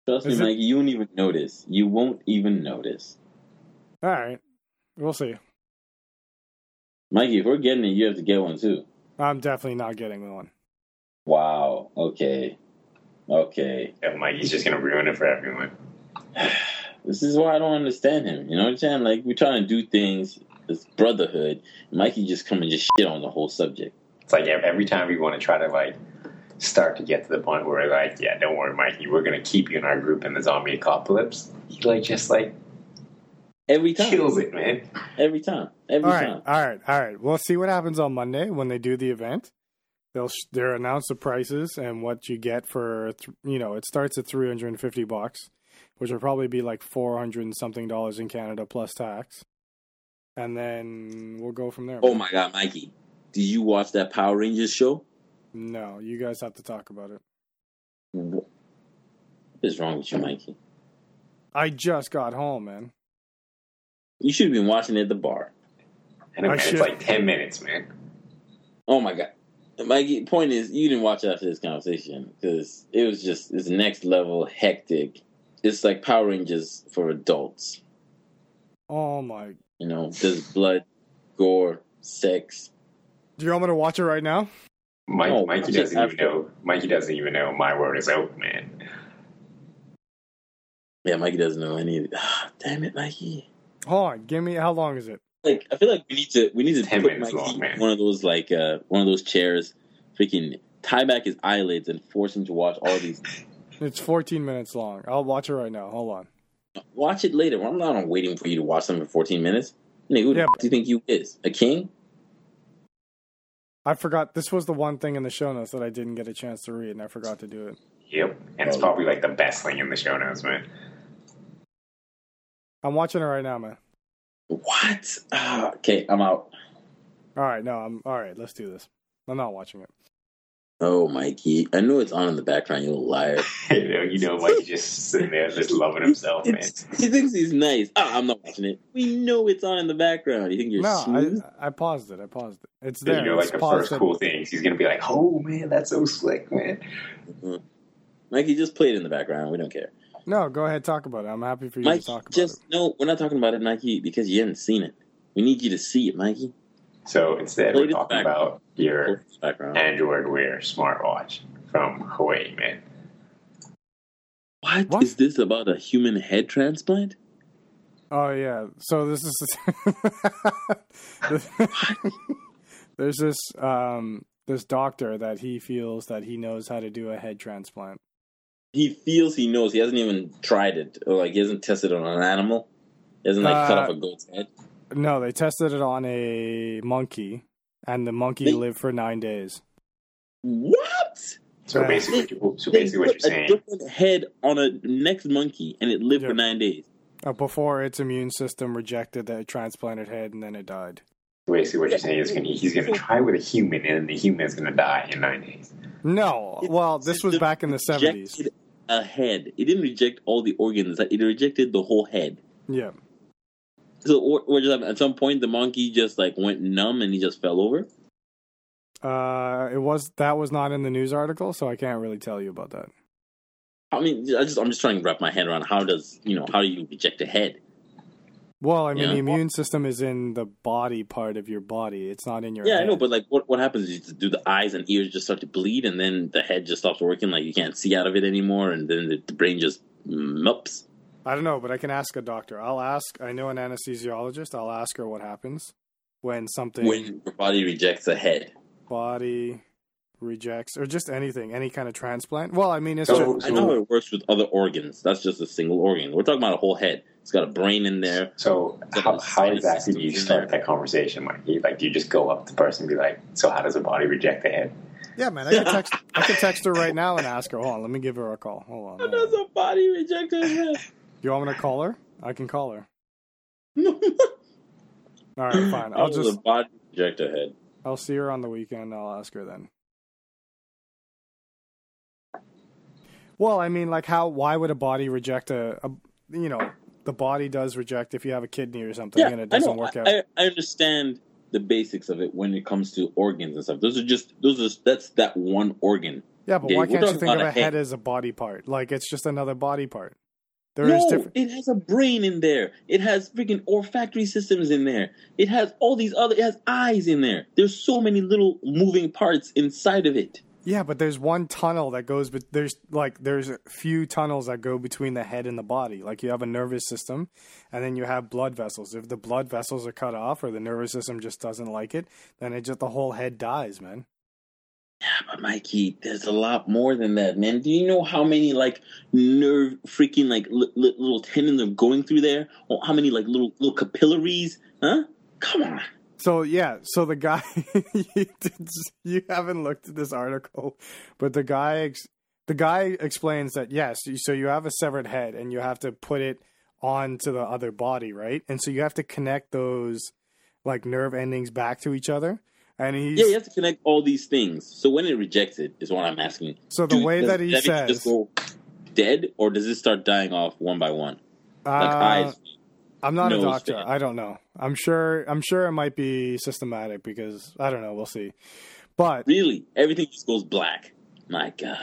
B: Trust
A: Is it-
B: me, Mike, you won't even notice. You won't even notice.
A: All right, we'll see.
B: Mikey, if we're getting it, you have to get one too.
A: I'm definitely not getting one.
B: Wow. Okay. Okay.
D: Yeah, Mikey's just gonna ruin it for everyone.
B: This is why I don't understand him. You know what I'm saying? Like, we're trying to do things as brotherhood. Mikey just come and just shit on the whole subject.
D: It's like ev- every time we want to try to like start to get to the point where we're like, yeah, don't worry, Mikey, we're gonna keep you in our group in the zombie apocalypse. He like just like
B: Every time.
D: kills it, man.
B: Every time.
A: All
B: Every
A: right,
B: time.
A: all right, all right. We'll see what happens on Monday when they do the event. They'll sh- they'll announce the prices and what you get for th- you know it starts at three hundred and fifty bucks, which will probably be like four hundred and something dollars in Canada plus tax, and then we'll go from there.
B: Oh, my God, Mikey. Did you watch that Power Rangers show?
A: No, you guys have to talk about it.
B: What is wrong with you, Mikey?
A: I just got home, man.
B: You should have been watching it at the bar.
D: And
A: I
D: man, it's
A: should-
D: like ten minutes, man.
B: Oh my god. Mikey, point is, you didn't watch it after this conversation because it was just it's next level hectic. It's like Power Rangers for adults.
A: Oh my!
B: You know, there's blood, gore, sex.
A: Do you want me to watch it right now?
D: Mike,
B: No,
D: Mikey
B: I'm
D: doesn't
B: Oh, just
D: even
B: after-
D: know. Mikey doesn't even know my word is out, man.
B: Yeah, Mikey doesn't know any. of Ah, damn it, Mikey.
A: Hold on, give me how long is it?
B: Like I feel like we need to we need to
D: Ten
B: put
D: minutes
B: Mikey
D: long,
B: in
D: man.
B: one of those like uh one of those chairs, freaking tie back his eyelids and force him to watch all these.
A: It's fourteen minutes long. I'll watch it right now. Hold on.
B: watch it later. I'm not waiting for you to watch something for 14 minutes. Nigga, who
A: Yeah,
B: the f- do you think you is? A king?
A: I forgot. This was the one thing in the show notes that I didn't get a chance to read, and I forgot to do it.
D: Yep.
B: Oh.
D: And it's probably like the best thing in the show notes, man.
A: I'm watching it right now, man.
B: What? Ah, okay, I'm out.
A: All right, no, I'm all right. Let's do this. I'm not watching it.
B: Oh, Mikey. I know it's on in the background, you little liar.
D: you know, you know, Mikey's just sitting there, just loving himself, man.
B: It's- he thinks he's nice. Ah, I'm not watching it. We know it's on in the background. You think you're smooth?
A: no, I, I paused it. I paused it. It's there.
D: you know,
A: it's
D: like the
A: paused
D: first
A: at-
D: cool things, he's gonna be like, "Oh man, that's so slick, man."
B: Mhm. Mikey, just play it in the background. We don't care.
A: No, go ahead. Talk about it. I'm happy for you to
B: Mikey,
A: talk about
B: just
A: it.
B: no, we're not talking about it, Mikey, because you haven't seen it. We need you to see it, Mikey.
D: So instead,
B: Play
D: we're
B: it
D: talking
B: back.
D: about
B: Play it
D: your
B: in the background.
D: Android Wear smartwatch from Hawaii, man.
A: What?
B: what is this about a human head transplant?
A: Oh yeah. So this is there's this um this doctor that he feels that he knows how to do a head transplant.
B: he feels he knows. He hasn't even tried it. Or like he hasn't tested it on an animal. He hasn't like cut
A: Uh,
B: off a goat's head.
A: No, they tested it on a monkey, and the monkey
B: They-
A: lived for nine days.
B: What?
D: So
A: Yeah.
D: basically, what you- so
B: They
D: basically, what you're
B: put a
D: saying,
B: different head on a next monkey, and it lived
A: Yeah.
B: for nine days.
A: Uh, before its immune system rejected the transplanted head, and then it died.
D: basically what you're saying is gonna, he's going to try with a human, and the human is going to die in nine days.
A: No,
B: It-
A: well, this
B: it
A: was
B: just
A: back in the seventies.
B: Rejected a head. It didn't reject all the organs. It rejected the whole head.
A: Yeah,
B: So, or, or just at some point, the monkey just like went numb and he just fell over.
A: uh, it was that was not in the news article, so I can't really tell you about that.
B: I mean, I just I'm just trying to wrap my head around how does you know how do you reject a head?
A: Well, I mean,
B: Yeah.
A: the immune system is in the body part of your body. It's not in your.
B: Yeah, I
A: head.
B: know, but like, what what happens? is You just do the eyes and ears just start to bleed, and then the head just stops working. Like you can't see out of it anymore, and then the, the brain just mups.
A: I don't know, but I can ask a doctor. I'll ask. I know an anesthesiologist. I'll ask her what happens when something
B: when your body rejects a head.
A: body rejects or just anything, any kind of transplant. Well, I mean, it's
D: So-
A: just,
B: I know how it works with other organs. That's just a single organ. We're talking about a whole head. It's got a brain in there.
D: So how,
B: Sinus
D: how exactly do you
B: systems in
D: start that conversation? Like, you, like, do you just go up to the person and be like, "So how does a body reject the head?"
A: yeah, man. I could text. I could text her right now and ask her. Hold on, let me give her a call. Hold
B: How
A: on.
B: does
A: Do
B: a body reject a head?
A: you want me to call her? I can call her.
B: how
A: All right, fine. I'll
B: does
A: just.
B: a body reject a head?
A: I'll see her on the weekend. I'll ask her then. Well, I mean, like, how? Why would a body reject a? a you know, the body does reject if you have a kidney or something and
B: Yeah,
A: it
B: I
A: doesn't
B: know.
A: work out.
B: I, I understand the basics of it when it comes to organs and stuff. Those are just those are that's that one organ.
A: yeah, but
B: Yeah,
A: why
B: we're
A: can't you
B: talking
A: think of
B: about
A: a
B: a
A: head
B: head.
A: as a body part? Like, it's just another body part. There is
B: no,
A: different.
B: it has a brain in there. It has freaking olfactory systems in there. It has all these other. It has eyes in there. There's so many little moving parts inside of it.
A: Yeah, but there's one tunnel that goes. But there's like there's a few tunnels that go between the head and the body. Like you have a nervous system, and then you have blood vessels. If the blood vessels are cut off or the nervous system just doesn't like it, then it just the whole head dies, man.
B: But Mikey, there's a lot more than that, man. Do you know how many like nerve freaking like li- li- little tendons are going through there? Or how many like little little capillaries? Huh? Come on.
A: So yeah, so the guy you, did, you haven't looked at this article, but the guy ex, the guy explains that yes, you- so you have a severed head and you have to put it onto the other body, right? And so you have to connect those like nerve endings back to each other. And he's
B: Yeah, you have to connect all these things. So when it rejects it, is what I'm asking.
A: so the
B: Do-
A: way
B: does
A: that he
B: it
A: says,
B: just go dead, or does it start dying off one by one, like
A: uh,
B: eyes?
A: I'm not a
B: nose
A: doctor.
B: fan.
A: I don't know. I'm sure. I'm sure it might be systematic because I don't know. We'll see. But
B: Really, everything just goes black. My God.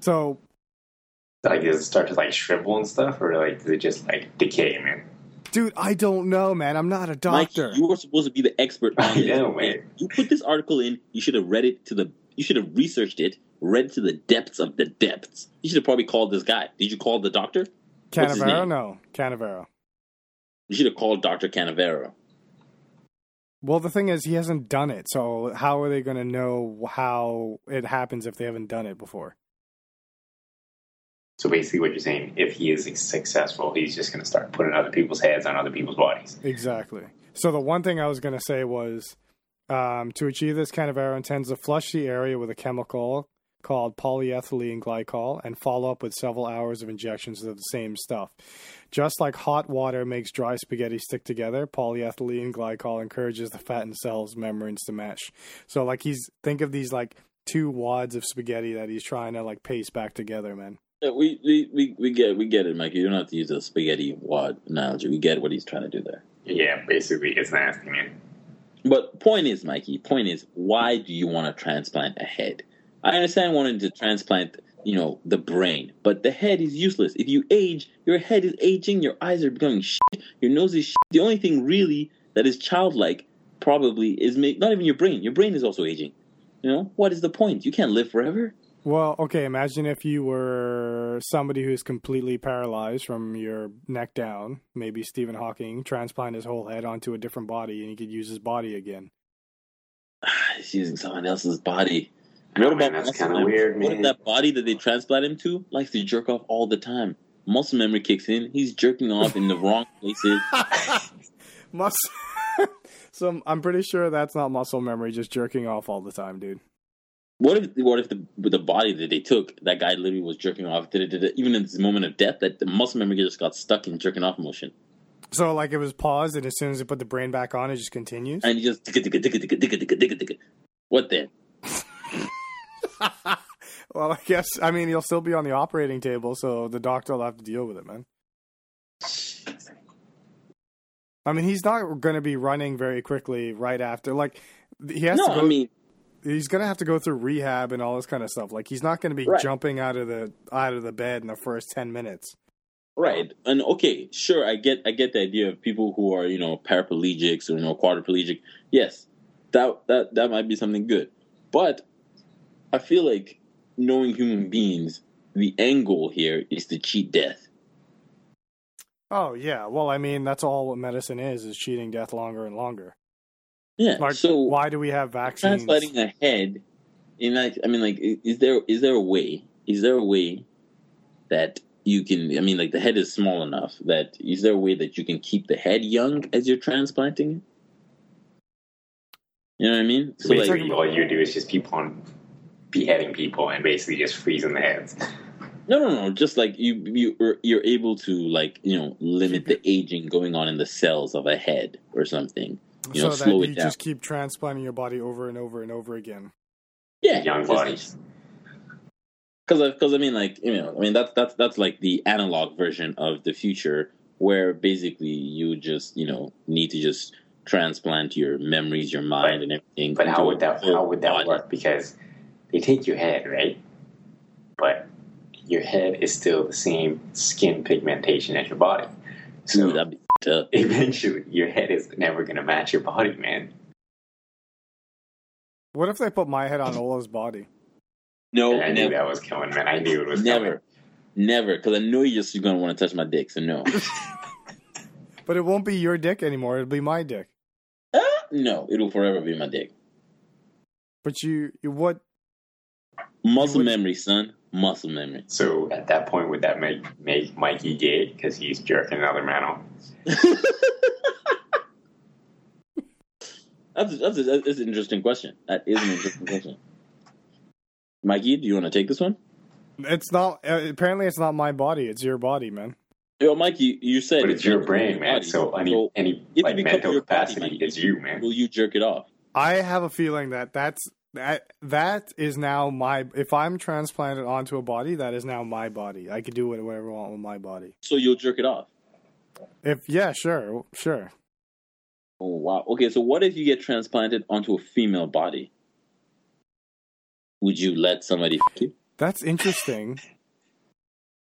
A: so
D: Like, does it start to like shrivel and stuff, or like does it just like decay, man?
A: Dude, I don't know, man. I'm not a doctor.
B: Mike, you were supposed to be the expert on
D: I
B: this.
D: know, man.
B: You put this article in. You should have read it to the. You should have researched it. Read to the depths of the depths. You should have probably called this guy. Did you call the doctor? what's his
A: Canavero?
B: name?
A: No, Canavero.
B: You should have called Doctor Canavero.
A: Well, the thing is, he hasn't done it. So how are they going to know how it happens if they haven't done it before?
D: So basically, what you're saying, if he is successful, he's just going to start putting other people's heads on other people's bodies.
A: Exactly. So the one thing I was going to say was um, to achieve this, Canavero intends to flush the area with a chemical called polyethylene glycol and follow up with several hours of injections of the same stuff. Just like hot water makes dry spaghetti stick together, polyethylene glycol encourages the fattened cells' membranes to mesh. So, like, he's think of these like two wads of spaghetti that he's trying to like paste back together, man.
B: Yeah, we, we we we get we get it, Mike. You don't have to use a spaghetti wad analogy. We get what he's trying to do there.
D: Yeah, basically, it's nasty, man.
B: But point is, Mikey, point is, why do you want to transplant a head? I understand wanting to transplant, you know, the brain, but the head is useless. If you age, your head is aging, your eyes are becoming shit, your nose is shit. The only thing really that is childlike probably is make, not even your brain. Your brain is also aging. You know, what is the point? You can't live forever.
A: Well, okay, imagine if you were somebody who's completely paralyzed from your neck down. Maybe Stephen Hawking transplant his whole head onto a different body and he could use his body again.
B: He's using someone else's body.
D: I know, man, that's
B: muscle
D: kinda
B: memory?
D: weird,
B: What
D: man.
B: if that body that they transplant him to likes to jerk off all the time? Muscle memory kicks in. He's jerking off in the wrong places.
A: Muscle. so I'm pretty sure that's not muscle memory, just jerking off all the time, dude.
B: What if what if the with the body that they took that guy literally was jerking off? Did it, did it, even in this moment of death, that the muscle memory just got stuck in jerking off motion,
A: So, like, it was paused, and as soon as you put the brain back on, it just continues.
B: and you just ticka ticka ticka ticka ticka ticka ticka ticka. What then?
A: Well, I guess I mean he'll still be on the operating table, so the doctor will have to deal with it, man. I mean, he's not going to be running very quickly right after. Like he has
B: no,
A: to go.
B: I mean,
A: he's going to have to go through rehab and all this kind of stuff. Like he's not going to be
B: Right.
A: jumping out of the out of the bed in the first ten minutes.
B: right. And okay, sure, I get I get the idea of people who are, you know, paraplegics or you know, quadriplegic. Yes. That that that might be something good. But I feel like knowing human beings, the end goal here is to cheat death.
A: Oh yeah. Well, I mean that's all what medicine is is cheating death longer and longer.
B: Yeah.
A: Like,
B: so
A: why do we have vaccines?
B: translating ahead in like i mean like i- is there is there a way is there a way that you can i mean like the head is small enough that is there a way that you can keep the head young as you're transplanting it you know what i mean so
A: Wait,
B: like
A: second-
D: Basically, all you do is just keep on beheading people and basically just freezing the heads.
B: no no no just like you you are- you're able to like you know limit the aging going on in the cells of a head or something you
A: so
B: know,
A: that
B: slow it
A: you
B: down.
A: just keep transplanting your body over and over and over again.
B: yeah
D: Young
B: just-
D: bodies.
B: because because uh, I mean like you know I mean that's that's that's like the analog version of the future where basically you just you know need to just transplant your memories, your mind, and everything.
D: But
B: into
D: how would that
B: your
D: how would that
B: body.
D: work? Because they take your head, right? But your head is still the same skin pigmentation as your body.
B: Ooh,
D: So
B: that'd be f***ed up.
D: eventually, your head is never gonna match your body, man.
A: What if they put my head on Ola's body?
B: No,
D: And I knew
B: Oh, never,
D: that was coming, man. I knew it was
B: never, never. Because I know you're just gonna want to touch my dick. So no,
A: But it won't be your dick anymore. It'll be my dick.
B: Ah, no, it'll forever be my dick.
A: But you, you what?
B: Muscle
A: would-
B: memory, son. Muscle memory.
D: So at that point, would that make make Mikey gay because he's jerking another man off?
B: That's a, that's, a, that's an interesting question. That is an interesting question. Mikey, do you want to take this one?
A: It's not. Uh, apparently, it's not my body. It's your body, man.
B: Yo, Mikey, you said
D: But it's your
B: not
D: brain,
B: your
D: man.
B: body.
D: So any
B: So
D: any
B: if it
D: like
B: becomes
D: mental
B: your body,
D: capacity
B: Mikey,
D: is you, man.
B: will you jerk it off?
A: I have a feeling that that's that that is now my. If I'm transplanted onto a body, that is now my body. I could do whatever I want with my body.
B: So you'll jerk it off.
A: If yeah, sure, sure.
B: Oh wow. Okay, so what if you get transplanted onto a female body? Would you let somebody f- you?
A: That's interesting.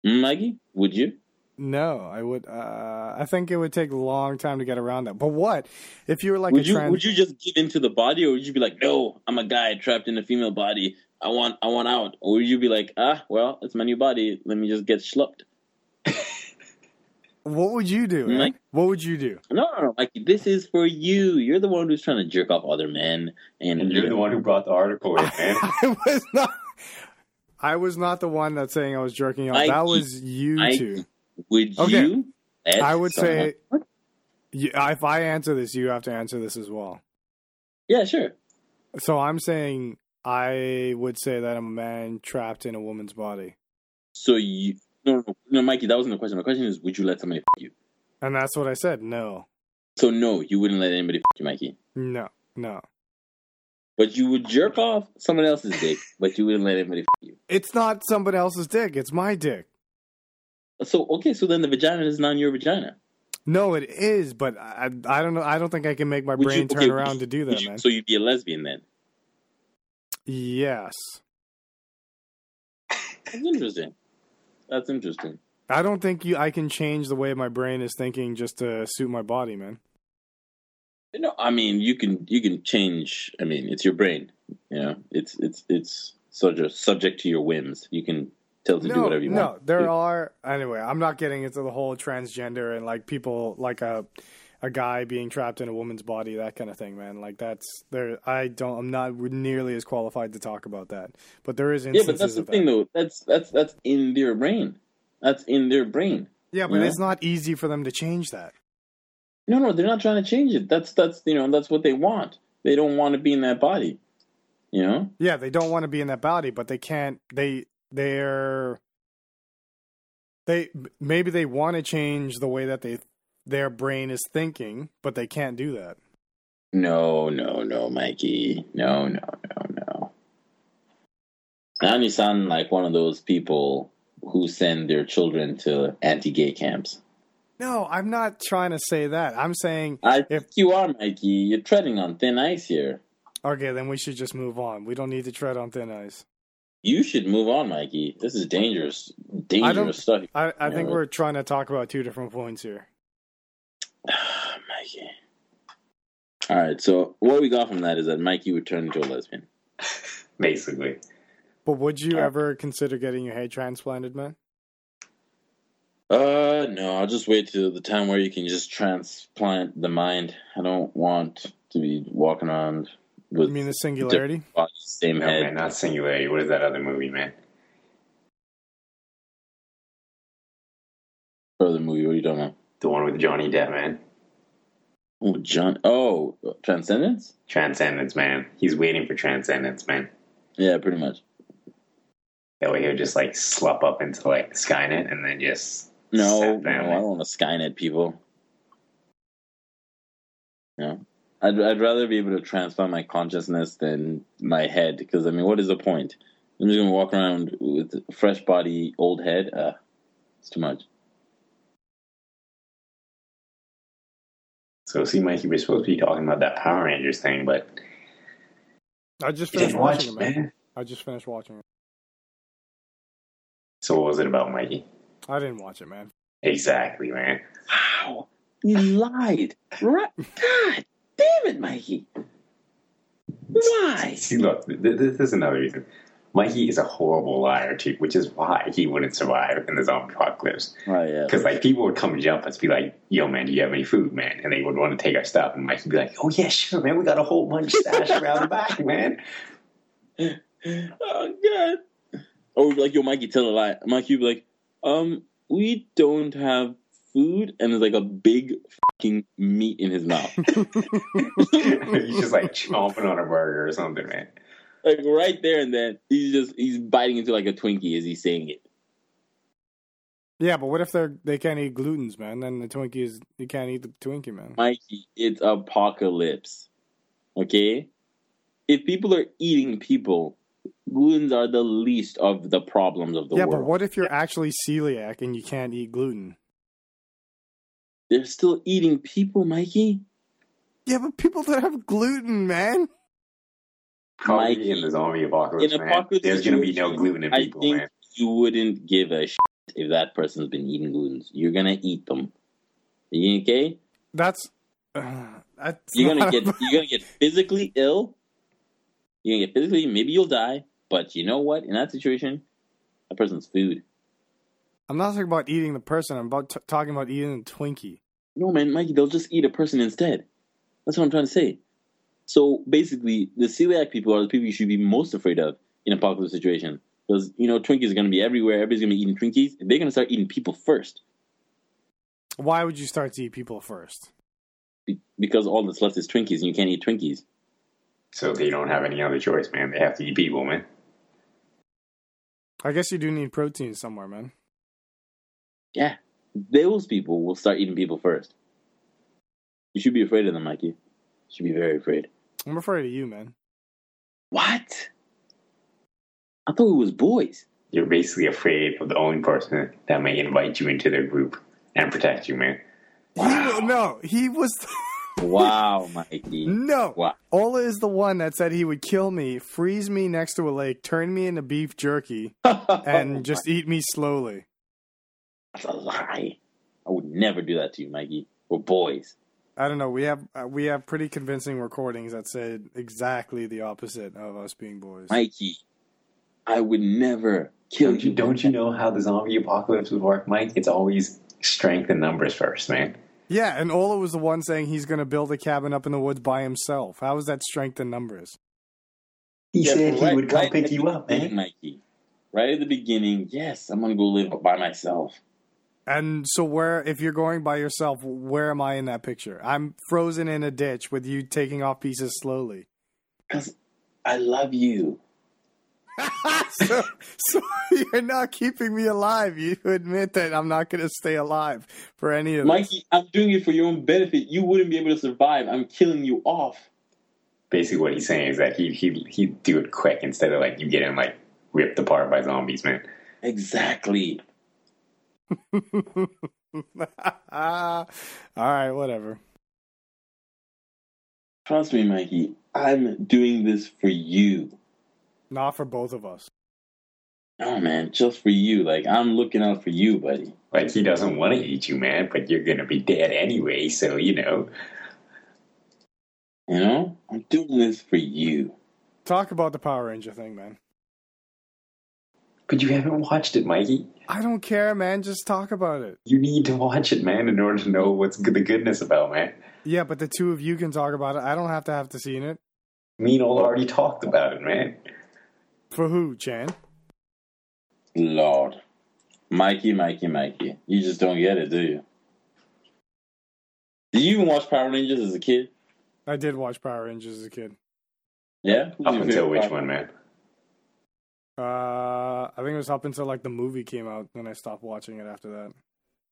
B: Mm, Mikey? Would you?
A: No, I would. Uh, I think it would take a long time to get around that. But what if you were like
B: would
A: a
B: you
A: trans?
B: would you just give into the body or would you be like, No, I'm a guy trapped in a female body. I want I want out. Or would you be like, ah, well, it's my new body, let me just get schlupped.
A: what would you do? eh?
B: Like-
A: What would you do?
B: No, no, no, Mikey, this is for you. You're the one who's trying to jerk off other men and,
D: And you're the one who brought the article in, man.
A: I was not. I was not the one that's saying I was jerking off.
B: I
A: that
B: keep-
A: was you
B: I
A: two.
B: Would
A: Okay.
B: you? let
A: I would
B: someone-
A: say, you, if I answer this, you have to answer this as well.
B: Yeah, sure.
A: So I'm saying I would say that I'm a man trapped in a woman's body,
B: So you no, no, no, Mikey, that wasn't the question. The question is, would you let somebody f- you?
A: and that's what I said. No,
B: So no, you wouldn't let anybody f- you, Mikey.
A: no, no.
B: But you would jerk off someone else's dick, but you wouldn't let anybody f- you.
A: It's not somebody else's dick. It's my dick.
B: So okay, so then the vagina is not your vagina.
A: No, it is, but I, I don't know. I don't think I can make my
B: Would you-
A: brain
B: okay,
A: turn
B: would
A: around
B: you-
A: to do
B: Would
A: that,
B: you-
A: man.
B: so you'd be a lesbian then.
A: Yes,
B: That's interesting. That's interesting.
A: I don't think you. I can change the way my brain is thinking just to suit my body, man.
B: You know, I mean, you can you can change. I mean, it's your brain. You know, it's it's it's subject subject to your whims. You can tell it to do
A: No,
B: whatever you
A: no,
B: want.
A: there are. Anyway, I'm not getting into the whole transgender and like people like a a guy being trapped in a woman's body, that kind of thing, man. Like that's there. I don't. I'm not nearly as qualified to talk about that. But there is
B: yeah,
A: instances
B: but that's the
A: of
B: thing,
A: that.
B: though. That's that's that's in their brain. That's in their brain.
A: Yeah, but
B: Yeah.
A: it's not easy for them to change that.
B: No, no, they're not trying to change it. That's that's you know that's what they want. They don't want to be in that body. You know,
A: Yeah, they don't want to be in that body, but they can't. They they're they maybe they want to change the way that they their brain is thinking, but they can't do that.
B: no, no, no, Mikey, no, no, no, no. Now you sound like one of those people who send their children to anti-gay camps.
A: No, I'm not trying to say that. I'm saying
B: I
A: if
B: think you are, Mikey. You're treading on thin ice here.
A: okay, then we should just move on. We don't need to tread on thin ice.
B: You should move on, Mikey. This is dangerous, dangerous stuff.
A: I, I think
B: Yeah.
A: we're trying to talk about two different points here.
B: Mikey. All right. So what we got from that is that Mikey would turn into a lesbian.
D: basically.
A: But would you
B: Yeah.
A: ever consider getting your hair transplanted, man?
B: Uh, no. I'll just wait till the time where you can just transplant the mind. I don't want to be walking around
A: I
B: with
A: mean the singularity?
B: bodies, same
D: No,
B: head.
D: man, not Singularity. What is that other movie, man?
B: for the movie. What are you talking about?
D: The one with Johnny Depp, man.
B: Oh, John. Oh, Transcendence.
D: Transcendence, man. He's waiting for Transcendence, man.
B: Yeah, pretty much.
D: That way he'll just like slop up into like Skynet and then just
B: No,
D: Sat
B: no, I
D: down.
B: don't want to Skynet people. No, I'd I'd rather be able to transfer my consciousness than my head. Because I mean, what is the point? I'm just gonna walk around with a fresh body, old head. Uh, it's too much.
D: so see Mikey, we're supposed to be talking about that Power Rangers thing, but
A: I just
D: you
A: finished
D: didn't watch
A: watching
D: it,
A: it, man.
D: man.
A: I just finished watching it.
D: So what was it about Mikey?
A: I didn't watch it, man.
D: Exactly, man.
B: Wow, you lied. Right? God damn it, Mikey. Why?
D: See, look, th- th- this is another reason. Mikey is a horrible liar too, which is why he wouldn't survive in the zombie apocalypse.
B: Oh yeah.
D: Because like people would come jump us, be like, "Yo, man, do you have any food, man?" And they would want to take our stuff, and Mikey'd be like, "Oh yeah, sure, man. We got a whole bunch stashed around the back, man."
B: oh god. Or like yo, Mikey, tell a lie. Mikey would be like, um, we don't have food, and there's like a big fucking meat in his mouth,
D: he's just like chomping on a burger or something, man.
B: like right there, and then he's just he's biting into like a Twinkie as he's saying it.
A: Yeah, but what if they're they can't eat glutens, man? Then the Twinkie is you can't eat the Twinkie, man.
B: Mikey, it's apocalypse. Okay, if people are eating people, gluten's are the least of the problems of the
A: yeah, but
B: world.
A: what if you're actually celiac and you can't eat gluten?
B: They're still eating people, Mikey.
A: Yeah, but people that have gluten, man.
D: Probably
B: Mikey,
D: in the zombie apocalypse,
B: in
D: man.
B: apocalypse
D: there's gonna be no
B: situation,
D: gluten in
B: I
D: people,
B: think
D: man.
B: you wouldn't give a shit if that person's been eating glutens. You're gonna eat them. You okay?
A: That's uh, that's
B: You're gonna
A: not
B: get
A: about-
B: you're gonna get physically ill. You're gonna get physically. Maybe you'll die. But you know what? In that situation, that person's food.
A: I'm not talking about eating the person. I'm about t- talking about eating the Twinkie.
B: No, man, Mikey, they'll just eat a person instead. That's what I'm trying to say. So basically, the celiac people are the people you should be most afraid of in apocalypse situation. Because, you know, Twinkies are going to be everywhere. Everybody's going to be eating Twinkies. They're going to start eating people first.
A: Why would you start to eat people first?
B: be- because all that's left is Twinkies, and you can't eat Twinkies.
D: So they don't have any other choice, man. They have to eat people, man.
A: I guess you do need protein somewhere, man.
B: Yeah, those people will start eating people first. You should be afraid of them, Mikey. You should be very afraid.
A: I'm afraid of you, man.
B: What? I thought it was boys.
D: You're basically afraid of the only person that may invite you into their group and protect you, man.
A: You, no, he was.
B: Wow, Mikey.
A: No.
B: Wow.
A: Ola is the one that said he would kill me, freeze me next to a lake, turn me into beef jerky,
B: Oh
A: and just eat me slowly.
B: That's a lie. I would never do that to you, Mikey. We're boys.
A: I don't know. We have uh, we have pretty convincing recordings that said exactly the opposite of us being boys.
B: Mikey, I would never kill
D: Don't you,
B: you.
D: don't you know how the zombie apocalypse would work, Mike? It's always strength in numbers first, man.
A: Yeah, and Ola was the one saying he's going to build a cabin up in the woods by himself. How is that strength in numbers?
D: He
B: Yeah,
D: said
B: right-
D: he would come
B: right at
D: pick
B: the
D: you up,
B: beginning,
D: man.
B: Mikey. Right at the beginning, yes, I'm gonna go live by myself.
A: And so, where if you're going by yourself, where am I in that picture? I'm frozen in a ditch with you taking off pieces slowly.
B: Because I love you.
A: so, so you're not keeping me alive. You admit that I'm not going to stay alive for any of this.
B: Mikey, I'm doing it for your own benefit. You wouldn't be able to survive. I'm killing you off.
D: Basically, what he's saying is that he he he'd do it quick instead of like you getting like ripped apart by zombies, man.
B: Exactly.
A: All right, whatever.
B: Trust me, Mikey. I'm doing this for you.
A: Not for both of us.
B: No, man, just for you. Like I'm looking out for you, buddy.
D: Like he doesn't want to eat you, man, but you're gonna be dead anyway, so you know.
B: You know, I'm doing this for you.
A: Talk about the Power Ranger thing, man.
D: But you haven't watched it, Mikey.
A: I don't care, man. Just talk about it.
D: You need to watch it, man, in order to know what's good, the goodness about, man.
A: Yeah, but the two of you can talk about it. I don't have to have to see it.
D: Me and all already talked about it, man.
A: For who, Chan?
B: Lord, Mikey, Mikey, Mikey. You just don't get it, do you? Did you even watch Power Rangers as a kid?
A: I did watch Power Rangers as a kid.
B: Yeah. Who's
D: Up
B: your
D: until
B: favorite
D: which
B: Power
D: one, man?
A: Uh, I think it was up until like the movie came out, then I stopped watching it after that.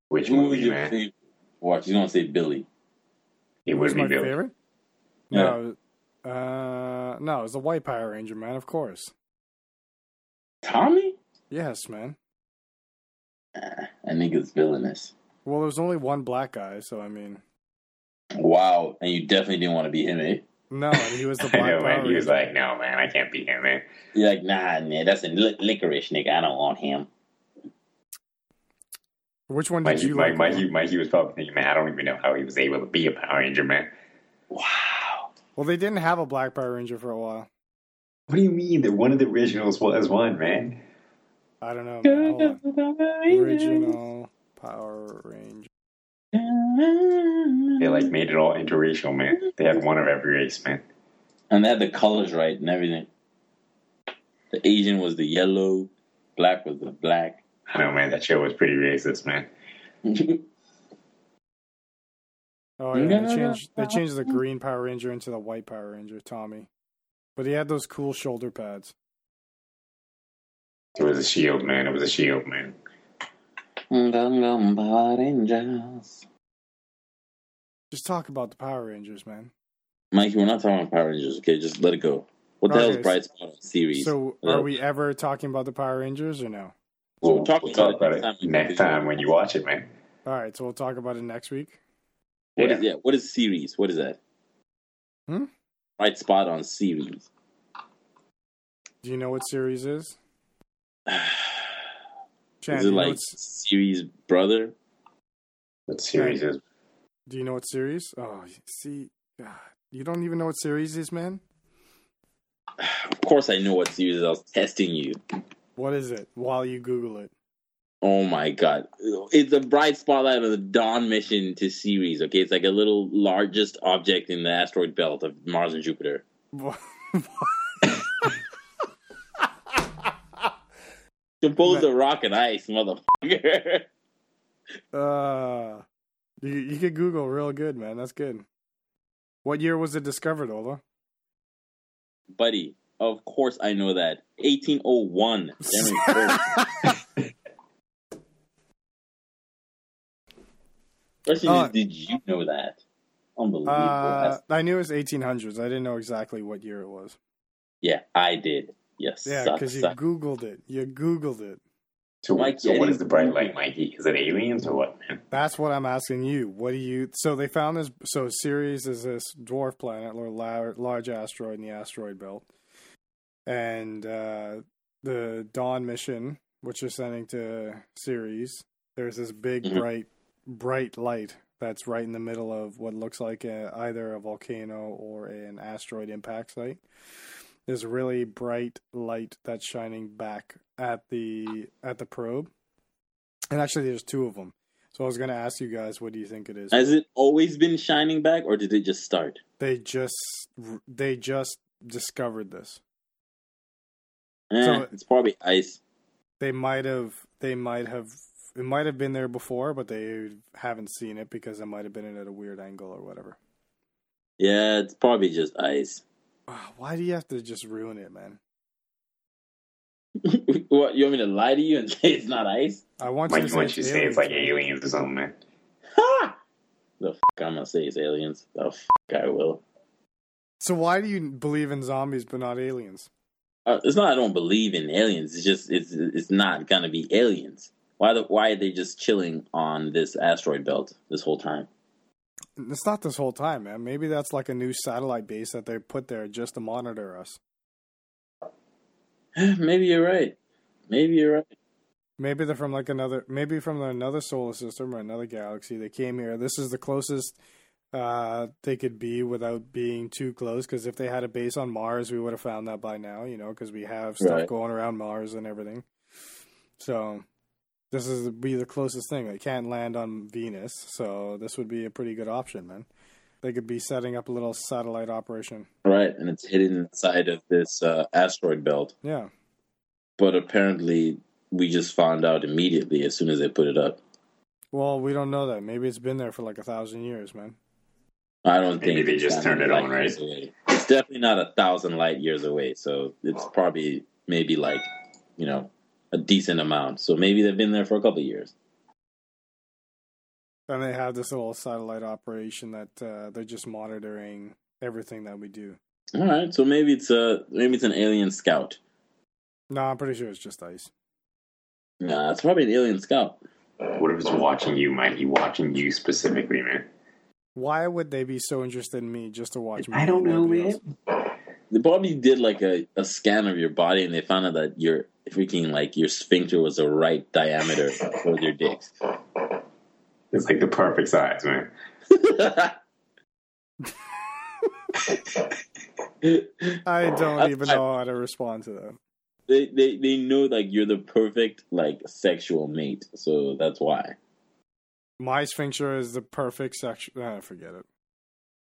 D: Which
B: Who was
D: movie,
B: your
D: man?
B: favorite? Watch. You don't say Billy.
D: It
A: Who's
D: would be
A: my
D: Billy.
A: favorite? No, uh, no, it was the White Power Ranger, man. Of course,
B: Tommy?
A: yes, man.
B: That nigga's villainous.
A: Well, there was only one black guy, so I mean,
B: Wow. And you definitely didn't want to be him, eh?
A: no, and he was the
D: I
A: black
D: know,
A: Power
D: man. He was
A: Ranger.
D: like, no, man, I can't be him, man.
B: You're like, nah, man, that's a li- licorice nigga. I don't want him.
A: Which one did
D: Mikey,
A: you
D: Mike,
A: like?
D: Mikey, Mikey was probably thinking, man, I don't even know how he was able to be a Power Ranger, man.
B: Wow.
A: Well, they didn't have a black Power Ranger for a while.
D: What do you mean that one of the originals was one, man?
A: I don't know. Man. Hold on. Original Power Ranger.
D: They like made it all interracial, man. They had one of every race, man.
B: And they had the colors right and everything. The Asian was the yellow, black was the black.
D: I know, man. That show was pretty racist, man.
A: Oh yeah,
B: No,
A: they
B: no,
A: changed
B: no.
A: they changed the green Power Ranger into the white Power Ranger, Tommy. But he had those cool shoulder pads.
D: It was a shield, man. It was a shield, man.
B: Gungam Power Rangers.
A: Just talk about the Power Rangers, man.
B: Mikey, we're not talking about Power Rangers, okay? Just let it go. What the
A: Okay,
B: hell is Bright Spot series?
A: So
B: Yeah.
A: are we ever talking about the Power Rangers or no?
D: We'll,
B: we'll talk
D: we'll talk
B: about
D: about
B: it next
D: it
B: time.
D: next time when you watch it, man.
A: All right, so we'll talk about it next week.
B: What
D: Yeah.
B: is yeah? What is series? What is that?
A: Hmm?
B: Bright Spot on series.
A: Do you know what series is? Chan,
B: Is
A: do you,
B: it
A: know
B: like
A: what, s-
B: series brother?
D: What series is?
A: do you know what series? Oh, see, God, you don't even know what series is, man.
B: Of course, I know what series. is. I was testing you.
A: What is it? While you Google it,
B: Oh my god! It's a bright spotlight of the Dawn mission to Ceres. Okay, it's like a little largest object in the asteroid belt of Mars and Jupiter. Composed of rock and ice, motherfucker.
A: uh, you you could Google real good, man. That's good. What year was it discovered, Ola?
B: Buddy, of course I know that. 1801. January 1st. Question
A: Uh,
B: is, did you know that? Unbelievable.
A: Uh,
B: That's-
A: I knew it was 1800s. I didn't know exactly what year it was.
B: yeah, I did. Yes,
A: Yeah,
B: suck,
A: because you
B: suck.
A: Googled it. You Googled it.
D: So,
B: Mikey,
D: so
B: I
D: what
B: didn't-
D: is the bright light, Mikey? Is it aliens or what, man?
A: That's what I'm asking you. What do you? So they found this. So Ceres is this dwarf planet or lar- large asteroid in the asteroid belt, and uh, the Dawn mission, which is sending to Ceres, there's this big
B: Mhm.
A: bright, bright light that's right in the middle of what looks like a, either a volcano or an asteroid impact site. There's a really bright light that's shining back at the at the probe, and actually there's two of them. So I was going to ask you guys, what do you think it is?
B: Has it always been shining back, or did it just start?
A: they just they just discovered this.
B: Eh,
A: So-
B: it's probably ice.
A: They might have they might have it might have been there before, but they haven't seen it because it might have been at a weird angle or whatever.
B: Yeah, it's probably just ice.
A: Ah, Why do you have to just ruin it, man?
B: what you want me to lie to you and say it's not ice?
A: I want you to
D: Mikey,
A: say,
D: once you say it's like
A: aliens, man.
D: aliens or something, man.
B: Ha! The f- I'm gonna say it's aliens. The f- I will.
A: So why do you believe in zombies but not aliens?
B: Uh, it's not I don't believe in aliens. It's just it's it's not gonna be aliens. Why the why are they just chilling on this asteroid belt this whole time?
A: It's not this whole time, man. Maybe that's like a new satellite base that they put there just to monitor us.
B: Maybe you're right. Maybe you're right.
A: Maybe they're from like another, maybe from another solar system or another galaxy. They came here. This is the closest uh, they could be without being too close. Because if they had a base on Mars, we would have found that by now, you know, because we have stuff
B: Right.
A: going around Mars and everything. So this is be the closest thing. They can't land on Venus, so this would be a pretty good option, man. They could be setting up a little satellite operation.
B: Right, and it's hidden inside of this uh, asteroid belt.
A: Yeah.
B: But apparently, we just found out immediately as soon as they put it up.
A: Well, we don't know that. Maybe it's been there for like a thousand years, man.
B: I don't
D: Maybe
B: think
D: they
B: it's
D: just
B: that
D: turned
B: many
D: it on,
B: light years away. It's definitely not a thousand light years away, so it's probably maybe like you know a decent amount. So maybe they've been there for a couple of years.
A: And they have this little satellite operation that uh, they're just monitoring everything that we do.
B: All right, so maybe it's a maybe it's an alien scout.
A: No, I'm pretty sure it's just ice.
B: Nah, it's probably an alien scout.
D: What if it's watching you, Mike? He watching you specifically, man.
A: Why would they be so interested in me just to watch me?
D: I don't
A: and
D: know,
A: nobody
D: man.
A: else?
B: They probably did like a, a scan of your body, and they found out that your freaking like your sphincter was the right diameter for your dick.
D: It's like the perfect size, man.
A: I don't
B: That's
A: even
B: fine.
A: know how to respond to that.
B: they, they they know like you're the perfect like sexual mate, so that's why.
A: My sphincter is the perfect section. Ah, forget it.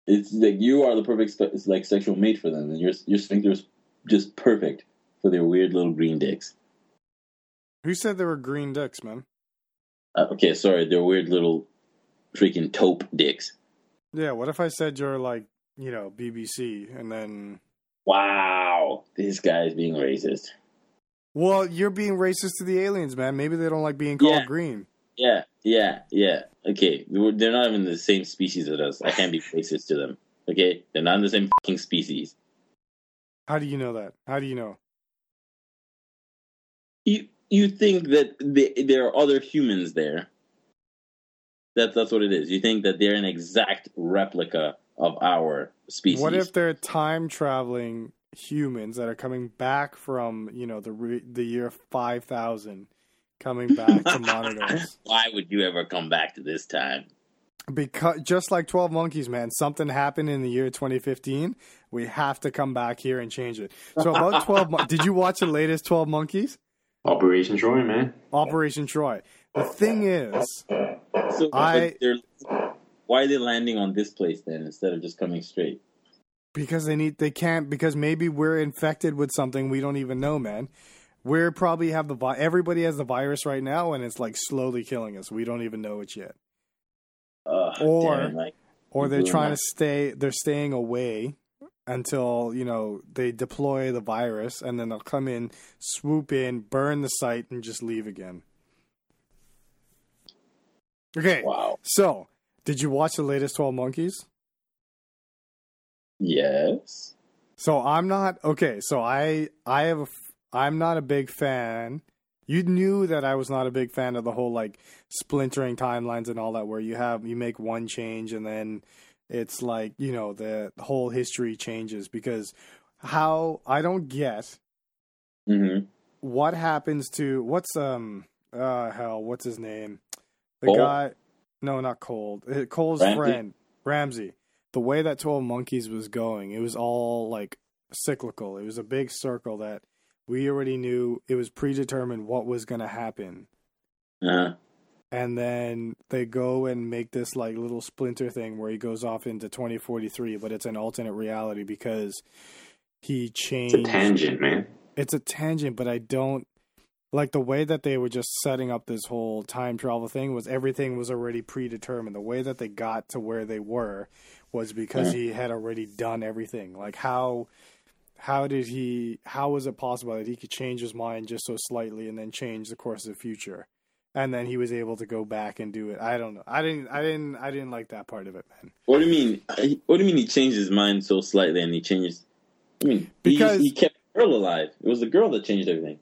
B: It's like you are the perfect spe- it's like sexual mate for them, and your your sphincter is just perfect for their weird little green dicks.
A: Who said there were green dicks, man?
B: Uh, okay, sorry, they're weird little freaking taupe dicks.
A: Yeah, what if I said you're like, you know, BBC and then.
B: Wow, this guy is being racist.
A: Well, you're being racist to the aliens, man. Maybe they don't like being called
B: Yeah.
A: green.
B: Yeah, yeah, yeah. Okay, we're- they're not even the same species as us. I can't be racist to them. Okay, they're not the same fucking species.
A: How do you know that? How do you know?
B: You you think that the, there are other humans there? That's that's what it is. You think that they're an exact replica of our species?
A: What if they're time traveling humans that are coming back from you know the re- the year five thousand, coming back to monitor us?
B: Why would you ever come back to this time?
A: Because just like Twelve Monkeys, man, something happened in the year twenty fifteen. We have to come back here and change it. So about twelve, mon- did you watch the latest Twelve Monkeys?
D: Operation Troy, man.
A: Operation Troy. The thing is,
B: So
A: I-
B: but they're- why are they landing on this place then instead of just coming straight?
A: because they need they can't because maybe we're infected with something we don't even know man we're probably have the vi- everybody has the virus right now and it's like slowly killing us we don't even know it yet
B: Uh,
A: Or-
B: damn, like,
A: or they're
B: Mhm.
A: trying to stay they're staying away until you know they deploy the virus and then they'll come in swoop in burn the site and just leave again okay
B: wow.
A: so did you watch the latest 12 monkeys
B: Yes.
A: So I'm not okay. So I I have a, f- I'm not a big fan. You knew that I was not a big fan of the whole like splintering timelines and all that, where you have you make one change and then it's like you know the whole history changes because how I don't get
B: hmm
A: what happens to what's um uh hell what's his name the
B: Cole?
A: guy no not Cole Uh, Cole's
B: Ramsey?
A: friend Ramsey the way that Twelve Monkeys was going it was all like cyclical it was a big circle that we already knew it was predetermined what was going to happen
B: Uh,
A: and then they go and make this like little splinter thing where he goes off into 2043 but it's an alternate reality because he
D: It's a
A: changed
D: tangent, man.
A: it's a tangent, but I don't like the way that they were just setting up this whole time travel thing was everything was already predetermined. The way that they got to where they were was because he had already done everything. Like how how did he how was it possible that he could change his mind just so slightly and then change the course of the future? And then he was able to go back and do it. I don't know. I didn't I didn't I didn't like that part of it, man.
B: what do you mean? What do you mean? He changed his mind so slightly, and he changed. I mean, he,
A: Because-
B: he kept girl alive. It was the girl that changed everything.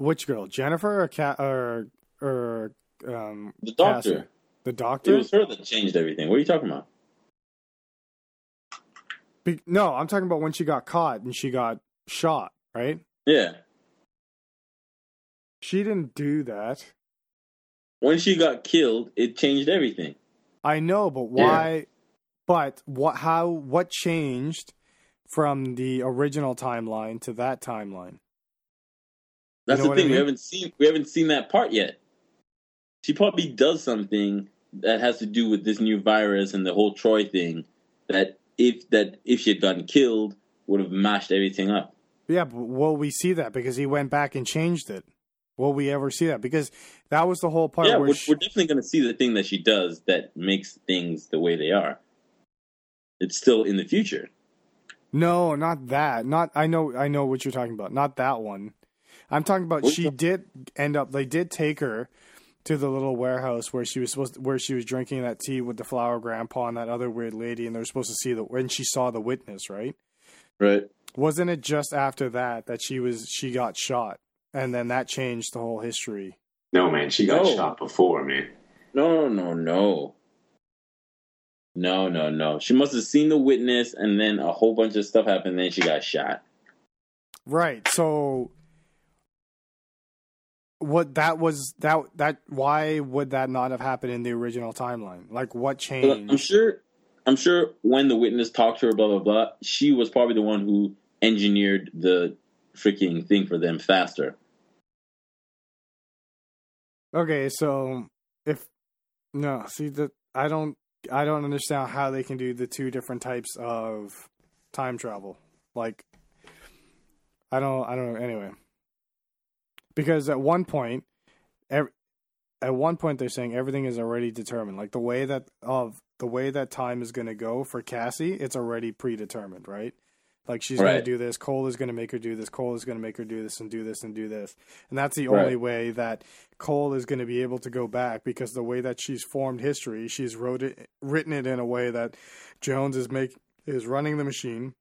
A: Which girl, Jennifer or Cat or or um
B: The doctor.
A: Cassie? the
B: It
A: doctor?
B: was her that changed everything. What are you talking about?
A: Be- no, I'm talking about when she got caught and she got shot. Right?
B: Yeah.
A: She didn't do that.
B: When she got killed, it changed everything.
A: I know, but
D: Yeah.
A: why? But what? How? What changed from the original timeline to that timeline?
B: That's
A: know
B: the
A: what I
B: thing. We
A: mean?
B: haven't seen we haven't seen that part yet. She probably does something that has to do with this new virus and the whole Troy thing. That if that if she had gotten killed, would have mashed everything up.
A: Yeah, but will we see that? Because he went back and changed it. Will we ever see that? Because that was the whole part
B: yeah,
A: where
B: we're,
A: she-
B: we're definitely going to see the thing that she does that makes things the way they are. It's still in the future.
A: No, not that. Not I know I know what you're talking about. Not that one. I'm talking about
B: What
A: she
B: the-
A: did end up they did take her to the little warehouse where she was supposed where she was drinking that tea with the flower grandpa and that other weird lady and they were supposed to see the and she saw the witness, right?
B: Right.
A: Wasn't it just after that that she was she got shot and then that changed the whole history?
D: No, man, she got
B: No.
D: shot before, man.
B: No, no, no. No, no, no. She must have seen the witness and then a whole bunch of stuff happened then she got shot.
A: Right. So what that was that that why would that not have happened in the original timeline? Like what
B: But
A: changed?
B: I'm sure I'm sure when the witness talked to her blah blah blah, she was probably the one who engineered the freaking thing for them faster.
A: Okay, so if no, see that I don't I don't understand how they can do the two different types of time travel. Like I don't I don't know anyway. Because at one point ev- at one point they're saying everything is already determined. Like the way that of the way that time is going to go for Cassie, it's already predetermined, right? Like she's going
B: Right.
A: to do this, Cole is going to make her do this, Cole is going to make her do this and do this and do this. And that's the
B: Right.
A: only way that Cole is going to be able to go back because the way that she's formed history, she's wrote it, written it in a way that Jones is make is running the machine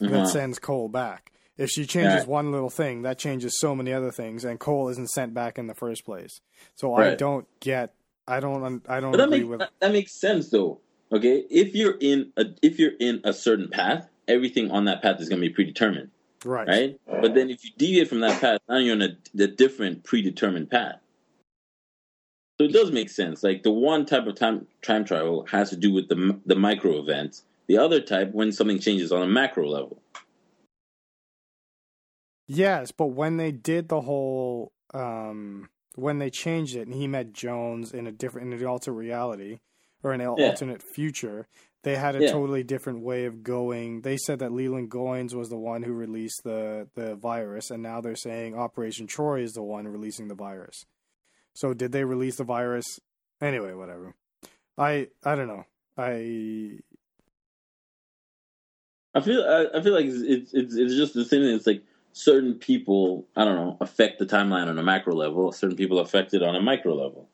B: Uh-huh.
A: that sends Cole back. If she changes
B: Right.
A: one little thing, that changes so many other things, and Cole isn't sent back in the first place. So I
B: Right.
A: don't get. I don't. un- I don't
B: But that
A: agree
B: makes
A: with.
B: that, that makes sense though. Okay? If you're in a if you're in a certain path, everything on that path is going to be predetermined,
A: Right.
B: right? But then if you deviate from that path, now you're on a, a different predetermined path. So it does make sense. Like the one type of time time travel has to do with the m- the micro events. The other type when something changes on a macro level.
A: Yes, but when they did the whole, um, when they changed it, and he met Jones in a different, in an alternate reality or an al
B: Yeah.
A: alternate future, they had a
B: Yeah.
A: totally different way of going. They said that Leland Goines was the one who released the the virus, and now they're saying Operation Troy is the one releasing the virus. So did they release the virus? Anyway, whatever. I I don't know. I
B: I feel I, I feel like it's, it's it's it's just the same thing. It's like certain people I don't know affect the timeline on a macro level. Certain people affect it on a micro level.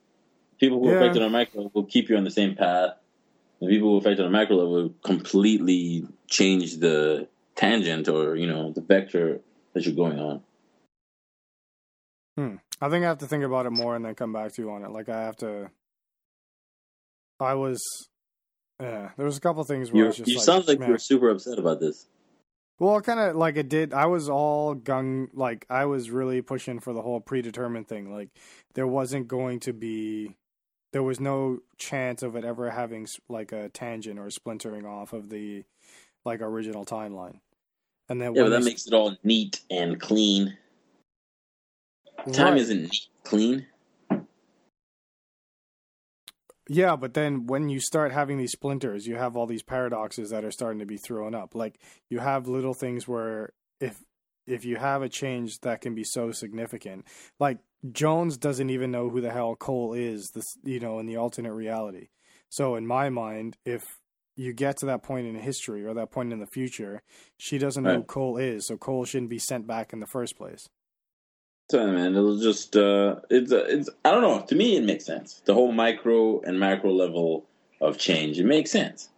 B: People who
A: Yeah.
B: affect it on a micro level keep you on the same path. The people who affect it on a macro level completely change the tangent or you know the vector that you're going on.
A: I think I have to think about it more and then come back to you on it. Like I have to. I was, yeah. There was a couple things where I
B: You're,
A: was just
B: you
A: like,
B: sound like
A: man.
B: you're super upset about this.
A: well, kind of like it did. I was all gung, like I was really pushing for the whole predetermined thing. Like there wasn't going to be, there was no chance of it ever having s- like a tangent or splintering off of the like original timeline. And then
B: Yeah, but
A: when
B: that
A: they-
B: makes it all neat and clean. Time
A: Right.
B: isn't neat, clean.
A: Yeah, but then when you start having these splinters, you have all these paradoxes that are starting to be thrown up. Like you have little things where if if you have a change that can be so significant, like Jones doesn't even know who the hell Cole is, this you know, in the alternate reality. So in my mind, if you get to that point in history or that point in the future, she doesn't know who
B: Right.
A: Cole is, so Cole shouldn't be sent back in the first place.
B: So man, it'll just uh, it's uh, it's I don't know. To me, it makes sense. The whole micro and macro level of change, it makes sense.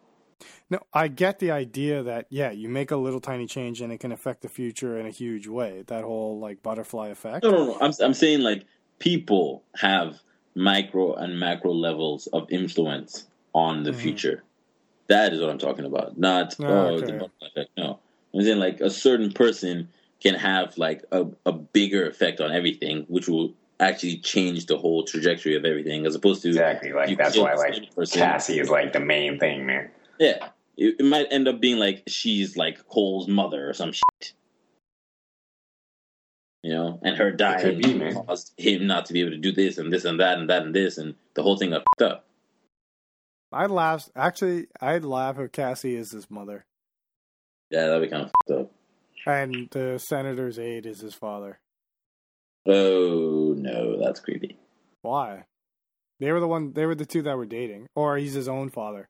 A: No, I get the idea that yeah, you make a little tiny change and it can affect the future in a huge way. That whole like butterfly effect.
B: No, no, no. I'm I'm saying like people have micro and macro levels of influence on the
A: Mhm.
B: future. That is what I'm talking about. Not
A: Ah,
B: oh,
A: okay.
B: the butterfly effect. No, I'm saying like a certain person can have like a, a bigger effect on everything, which will actually change the whole trajectory of everything, as opposed to
D: Exactly. Like
B: you
D: that's
B: kill
D: why
B: this
D: like
B: little person.
D: Cassie is like the main thing, man.
B: Yeah, it, it might end up being like she's like Cole's mother or some shit. You know, and her dying
D: be, man.
B: caused him not to be able to do this and this and that and that and this and the whole thing got fucked up.
A: I laugh. Actually, I laugh if Cassie is his mother
B: Yeah, that'd be kind of fucked up.
A: and the senator's aide is his father.
B: Oh no, that's creepy.
A: Why? They were the one. They were the two that were dating, or he's his own father.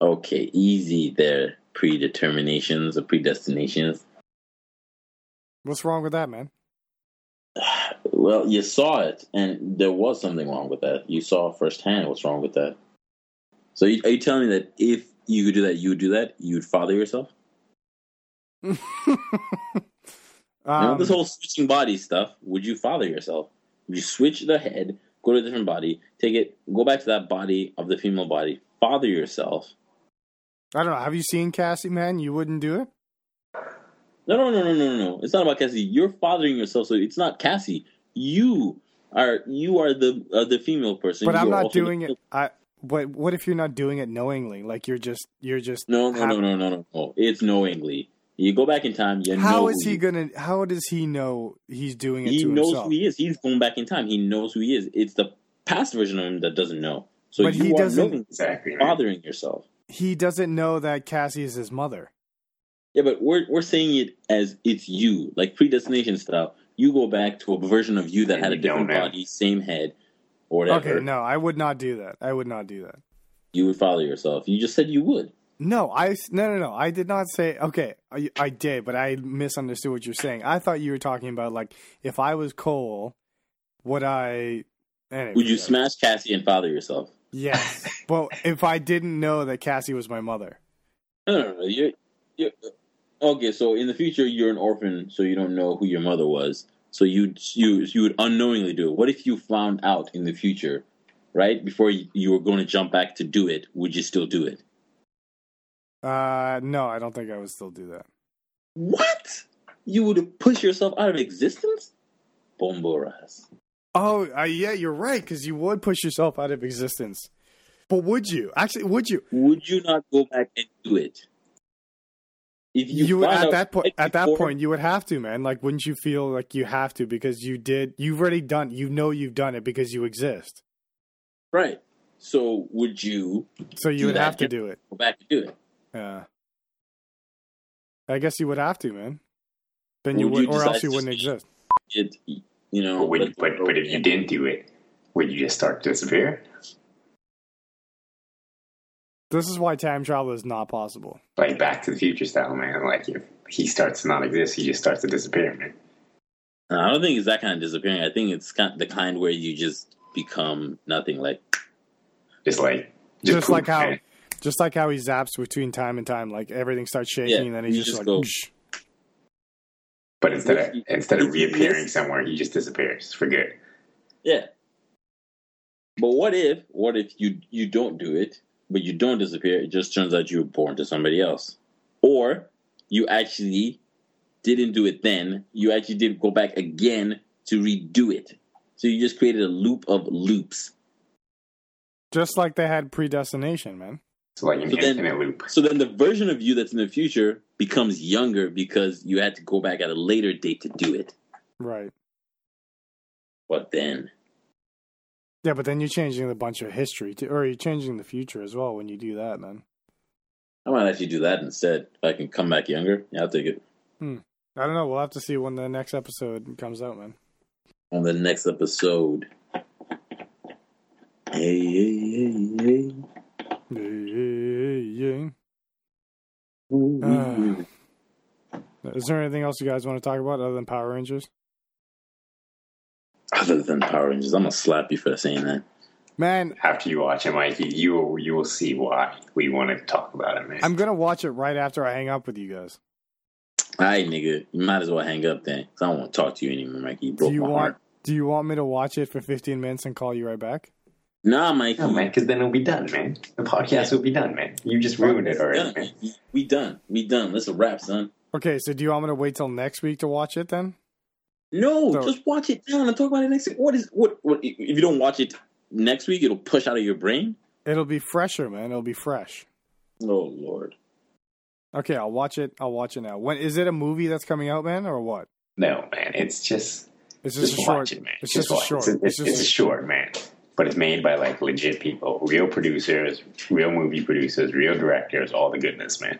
B: Okay, easy there. Predeterminations or predestinations.
A: What's wrong with that, man?
B: Well, you saw it, and there was something wrong with that. You saw firsthand what's wrong with that. So, you, are you telling me that if you could do that, you would do that? You'd father yourself? You know,
A: um,
B: this whole switching body stuff, would you father yourself? Would you switch the head, go to a different body, take it, go back to that body of the female body, father yourself?
A: I don't know. Have you seen Cassie, man? You wouldn't do it.
B: No, no, no, no, no, no, no. It's not about Cassie. You're fathering yourself, so it's not Cassie. You are you are the uh, the female person.
A: but
B: You
A: I'm
B: are
A: not
B: also the-
A: doing it. I. But what if you're not doing it knowingly? Like you're just you're just
B: No, no,
A: hap-
B: no, no, no, no, no. It's knowingly. You go back in time. You know
A: How is
B: who
A: he gonna? How does he know he's doing it
B: He
A: to
B: knows
A: himself?
B: who he is. He's going back in time. He knows who he is. It's the past version of him that doesn't know. So
A: But
B: you
A: he
B: are
A: doesn't-
B: knowing,
D: Exactly. Man.
B: fathering yourself.
A: he doesn't know that Cassie is his mother.
B: Yeah, but we're we're saying it as it's you, like predestination style. You go back to a version of you that had a
D: You don't
B: different
D: know.
B: body, same head, or whatever.
A: Okay, no, I would not do that. I would not do that.
B: You would father yourself. You just said you would.
A: No, I no no no. I did not say okay. I, I did, but I misunderstood what you're saying. I thought you were talking about like if I was Cole, would I? Anyway,
B: Would you
A: yeah.
B: smash Cassie and father yourself?
A: Yes. well, if I didn't know that Cassie was my mother,
B: No, no, no. You're, you're, okay, so in the future, you're an orphan, so you don't know who your mother was. So you you you would unknowingly do it. What if you found out in the future, right before you, you were going to jump back to do it? Would you still do it?
A: uh, no, I don't think I would still do that.
B: What? You would push yourself out of existence? Bomboras.
A: Oh, uh, yeah, you're right because you would push yourself out of existence. But would you actually? Would you?
B: Would you not go back and do it? If
A: you, would
B: find
A: at
B: out
A: that point
B: right
A: at that
B: before-
A: point you would have to man like wouldn't you feel like you have to because you did you've already done you know you've done it because you exist
B: right? So would you
A: so you
B: Do
A: would
B: that,
A: have to
B: yeah.
A: do it
B: go back and do it?
A: yeah i guess you would have to man then you
B: Would
A: would
B: you
A: or
B: decide
A: else you
B: to
A: wouldn't
B: just-
A: exist
B: It, you know,
D: But, would, but, but if you didn't do it, would you just start to disappear?
A: this is why time travel is not possible
D: Like Back to the Future style, man. Like if he starts to not exist, he just starts to disappear, man.
B: No, I don't think it's that kind of disappearing. I think it's kind the kind where you just become nothing. Like
D: Just like
A: just,
D: poof,
A: like how
D: man.
A: just like how he zaps between time and time like everything starts shaking
B: Yeah,
A: and then he's
B: you
A: just,
B: just
A: like
B: go-
A: "Psh."
D: But instead of
B: If you-
D: instead
B: if
D: of
B: you
D: reappearing
B: miss-
D: somewhere, he just disappears for good.
B: yeah. But what if what if you you don't do it, but you don't disappear? It just turns out you were born to somebody else, or you actually didn't do it then. You actually did go back again to redo it. So you just created a loop of loops.
A: just like they had predestination man
D: So like an
B: So then-
D: infinite loop.
B: So then the version of you that's in the future becomes younger because you had to go back at a later date to do it.
A: right
B: What then?
A: yeah but then you're changing a bunch of history to, or you're changing the future as well when you do that man
B: I might actually do that instead. If I can come back younger, yeah, I'll take it
A: I don't know. We'll have to see when the next episode comes out, man.
B: on the next episode. Hey, hey, hey, hey.
A: Is
B: Ooh,
A: Ah. there anything else you guys want to talk about other than Power Rangers?
B: Other than Power Rangers, I'm gonna slap you for saying that.
A: Man,
D: After you watch it, Mikey, you will you will see why we want to talk about it, man.
A: I'm gonna watch it right after I hang up with you guys.
B: All right, nigga, you might as well hang up then, 'cause I don't want to talk to you anymore, Mikey. You broke
A: do you
B: my
A: want
B: heart.
A: Do you want me to watch it for 15 minutes and call you right back?
B: Nah, Mikey,
D: no, man, because then it'll be done, man. The podcast will be done, man. You just ruined it
B: we
D: already,
B: done.
D: man.
B: Mikey. We done. We done. That's a wrap, son.
A: Okay, so do you want me to wait till next week to watch it then?
B: No,
A: No.
B: just watch it down and talk about it next. What is what? What if you don't watch it next week? It'll push out of your brain.
A: It'll be fresher, man. It'll be fresh.
B: Oh Lord.
A: Okay, I'll watch it. I'll watch it now. When is it a movie that's coming out, man, or what?
D: No, man. It's just
A: It's just,
D: just
A: a short.
D: watch it, man.
A: It's just, a
D: watch.
A: short.
D: It's, it's,
A: It's,
D: it's a
A: just.
D: short, man. But it's made by like legit people, real producers, real movie producers, real directors, all the goodness, man.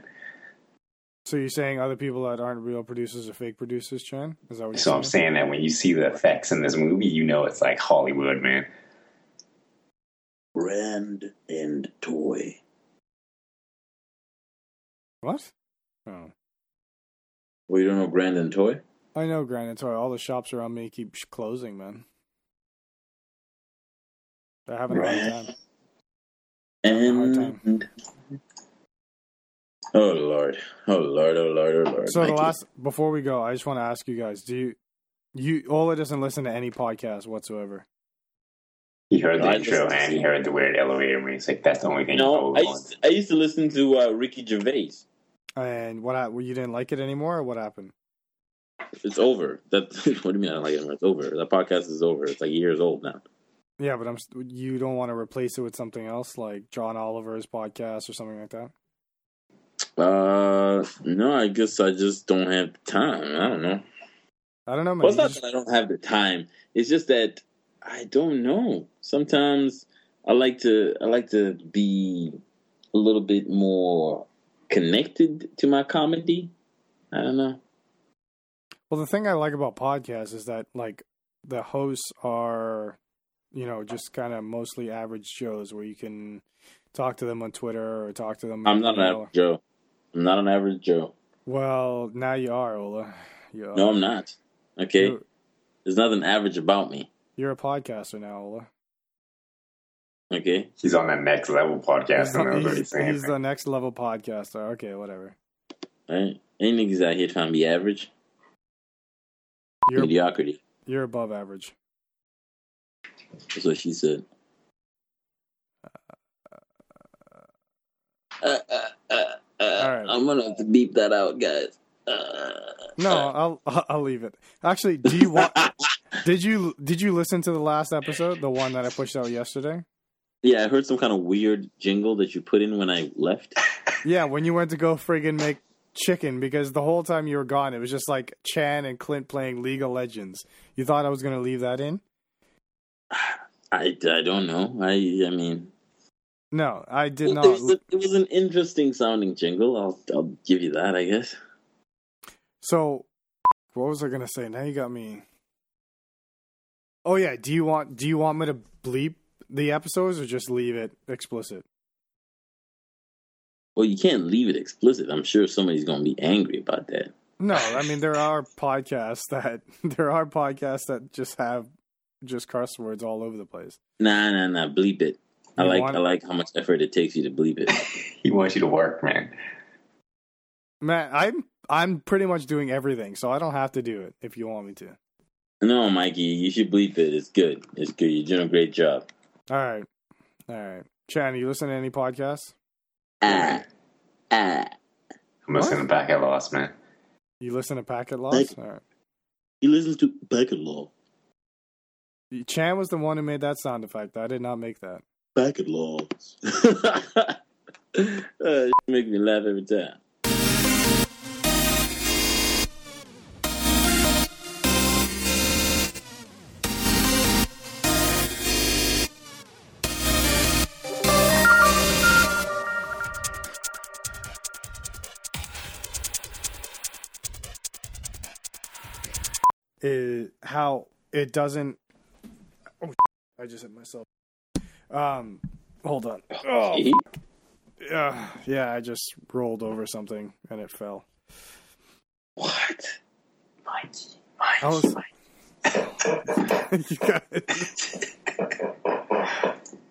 A: so you're saying other people that aren't real producers are fake producers, Chan? Is that what you're
D: So I'm
A: saying?
D: saying that when you see the effects in this movie, you know it's like Hollywood, man.
B: Brand and toy.
A: What? Oh,
B: Well, you don't know brand and toy.
A: I know, Granite Toy. All the shops around me keep sh- closing, man. They're having a hard
B: Brand
A: time. Having a hard
B: And oh Lord, oh Lord, oh Lord, oh Lord.
A: So the
B: Mikey.
A: last before we go, I just want to ask you guys: Do you, you Ola doesn't listen to any podcast whatsoever?
D: He heard
B: No,
D: the
B: I
D: intro
B: just-
D: and he heard the word elevator music. That's the only thing
B: No, I
D: he knows.
B: used, I used to listen to uh, Ricky Gervais.
A: And what hap- well, you didn't like it anymore, or what happened?
B: It's over. That what do you mean? I don't like it. anymore? It's over. That podcast is over. It's like years old now.
A: Yeah, but I'm s- you don't want to replace it with something else like John Oliver's podcast or something like that.
B: Uh, no, I guess I just don't have the time. I don't know.
A: I don't know, man.
B: Well, it's
A: You
B: not
A: just-
B: that I don't have the time. It's just that I don't know. Sometimes I like to I like to be a little bit more connected to my comedy. I don't know.
A: well, the thing I like about podcasts is that like the hosts are, you know, just kind of mostly average shows where you can talk to them on Twitter or talk to them.
B: I'm not an
A: you know.
B: average Joe. I'm not an average Joe.
A: Well, now you are, Ola. You are.
B: No, I'm not. Okay,
A: You're,
B: there's nothing average about me.
A: you're a podcaster now, Ola.
B: Okay,
D: He's on that next level podcast.
A: He's,
D: and that's
A: the,
D: what he's
A: he's-
D: saying.
A: he's the next level podcaster. Okay, whatever.
B: All right. Any niggas out here trying to be average?
A: You're
B: Mediocrity.
A: you're above average.
B: That's what she said. Uh, uh, uh, uh,
A: right.
B: I'm gonna have to beep that out, guys. Uh,
A: No, I'll I'll I'll leave it. Actually, do you want? did you did you listen to the last episode, the one that I pushed out yesterday?
B: yeah, I heard some kind of weird jingle that you put in when I left.
A: Yeah, when you went to go friggin' make chicken because the whole time you were gone, it was just like Chan and Clint playing League of Legends. You thought I was gonna leave that in?
B: I, I don't know. I I mean,
A: No, I did
B: it was,
A: not.
B: a- it was an interesting sounding jingle. I'll I'll give you that, I guess.
A: So, what was I gonna say? Now you got me. Oh yeah, do you want do you want me to bleep the episodes or just leave it explicit?
B: Well, you can't leave it explicit. I'm sure somebody's gonna be angry about that.
A: No, I mean there are podcasts that there are podcasts that just have just curse words all over the place.
B: Nah, nah, nah. Bleep it. I
A: You
B: like
A: want-
B: I like how much effort it takes you to bleep it.
D: He wants you to work, man.
A: Matt, I'm I'm pretty much doing everything, so I don't have to do it if you want me to.
B: No, Mikey, you should bleep it. It's good. It's good. You're doing a great job.
A: All right, all right. Chan, you listen to any podcasts?
B: Ah, ah.
D: I'm listening back. I lost, man.
A: You listen to Packet Loss? All right.
B: He listens to Packet Law.
A: Chan was the one who made that sound effect. I did not make that.
B: Packet Law. uh, make me laugh every time.
A: is how it doesn't. Oh, I just hit myself. Um, hold on. Oh,
B: He-
A: yeah, yeah, I just rolled over something and it fell.
B: What?
D: Mikey,
A: I was. you got it.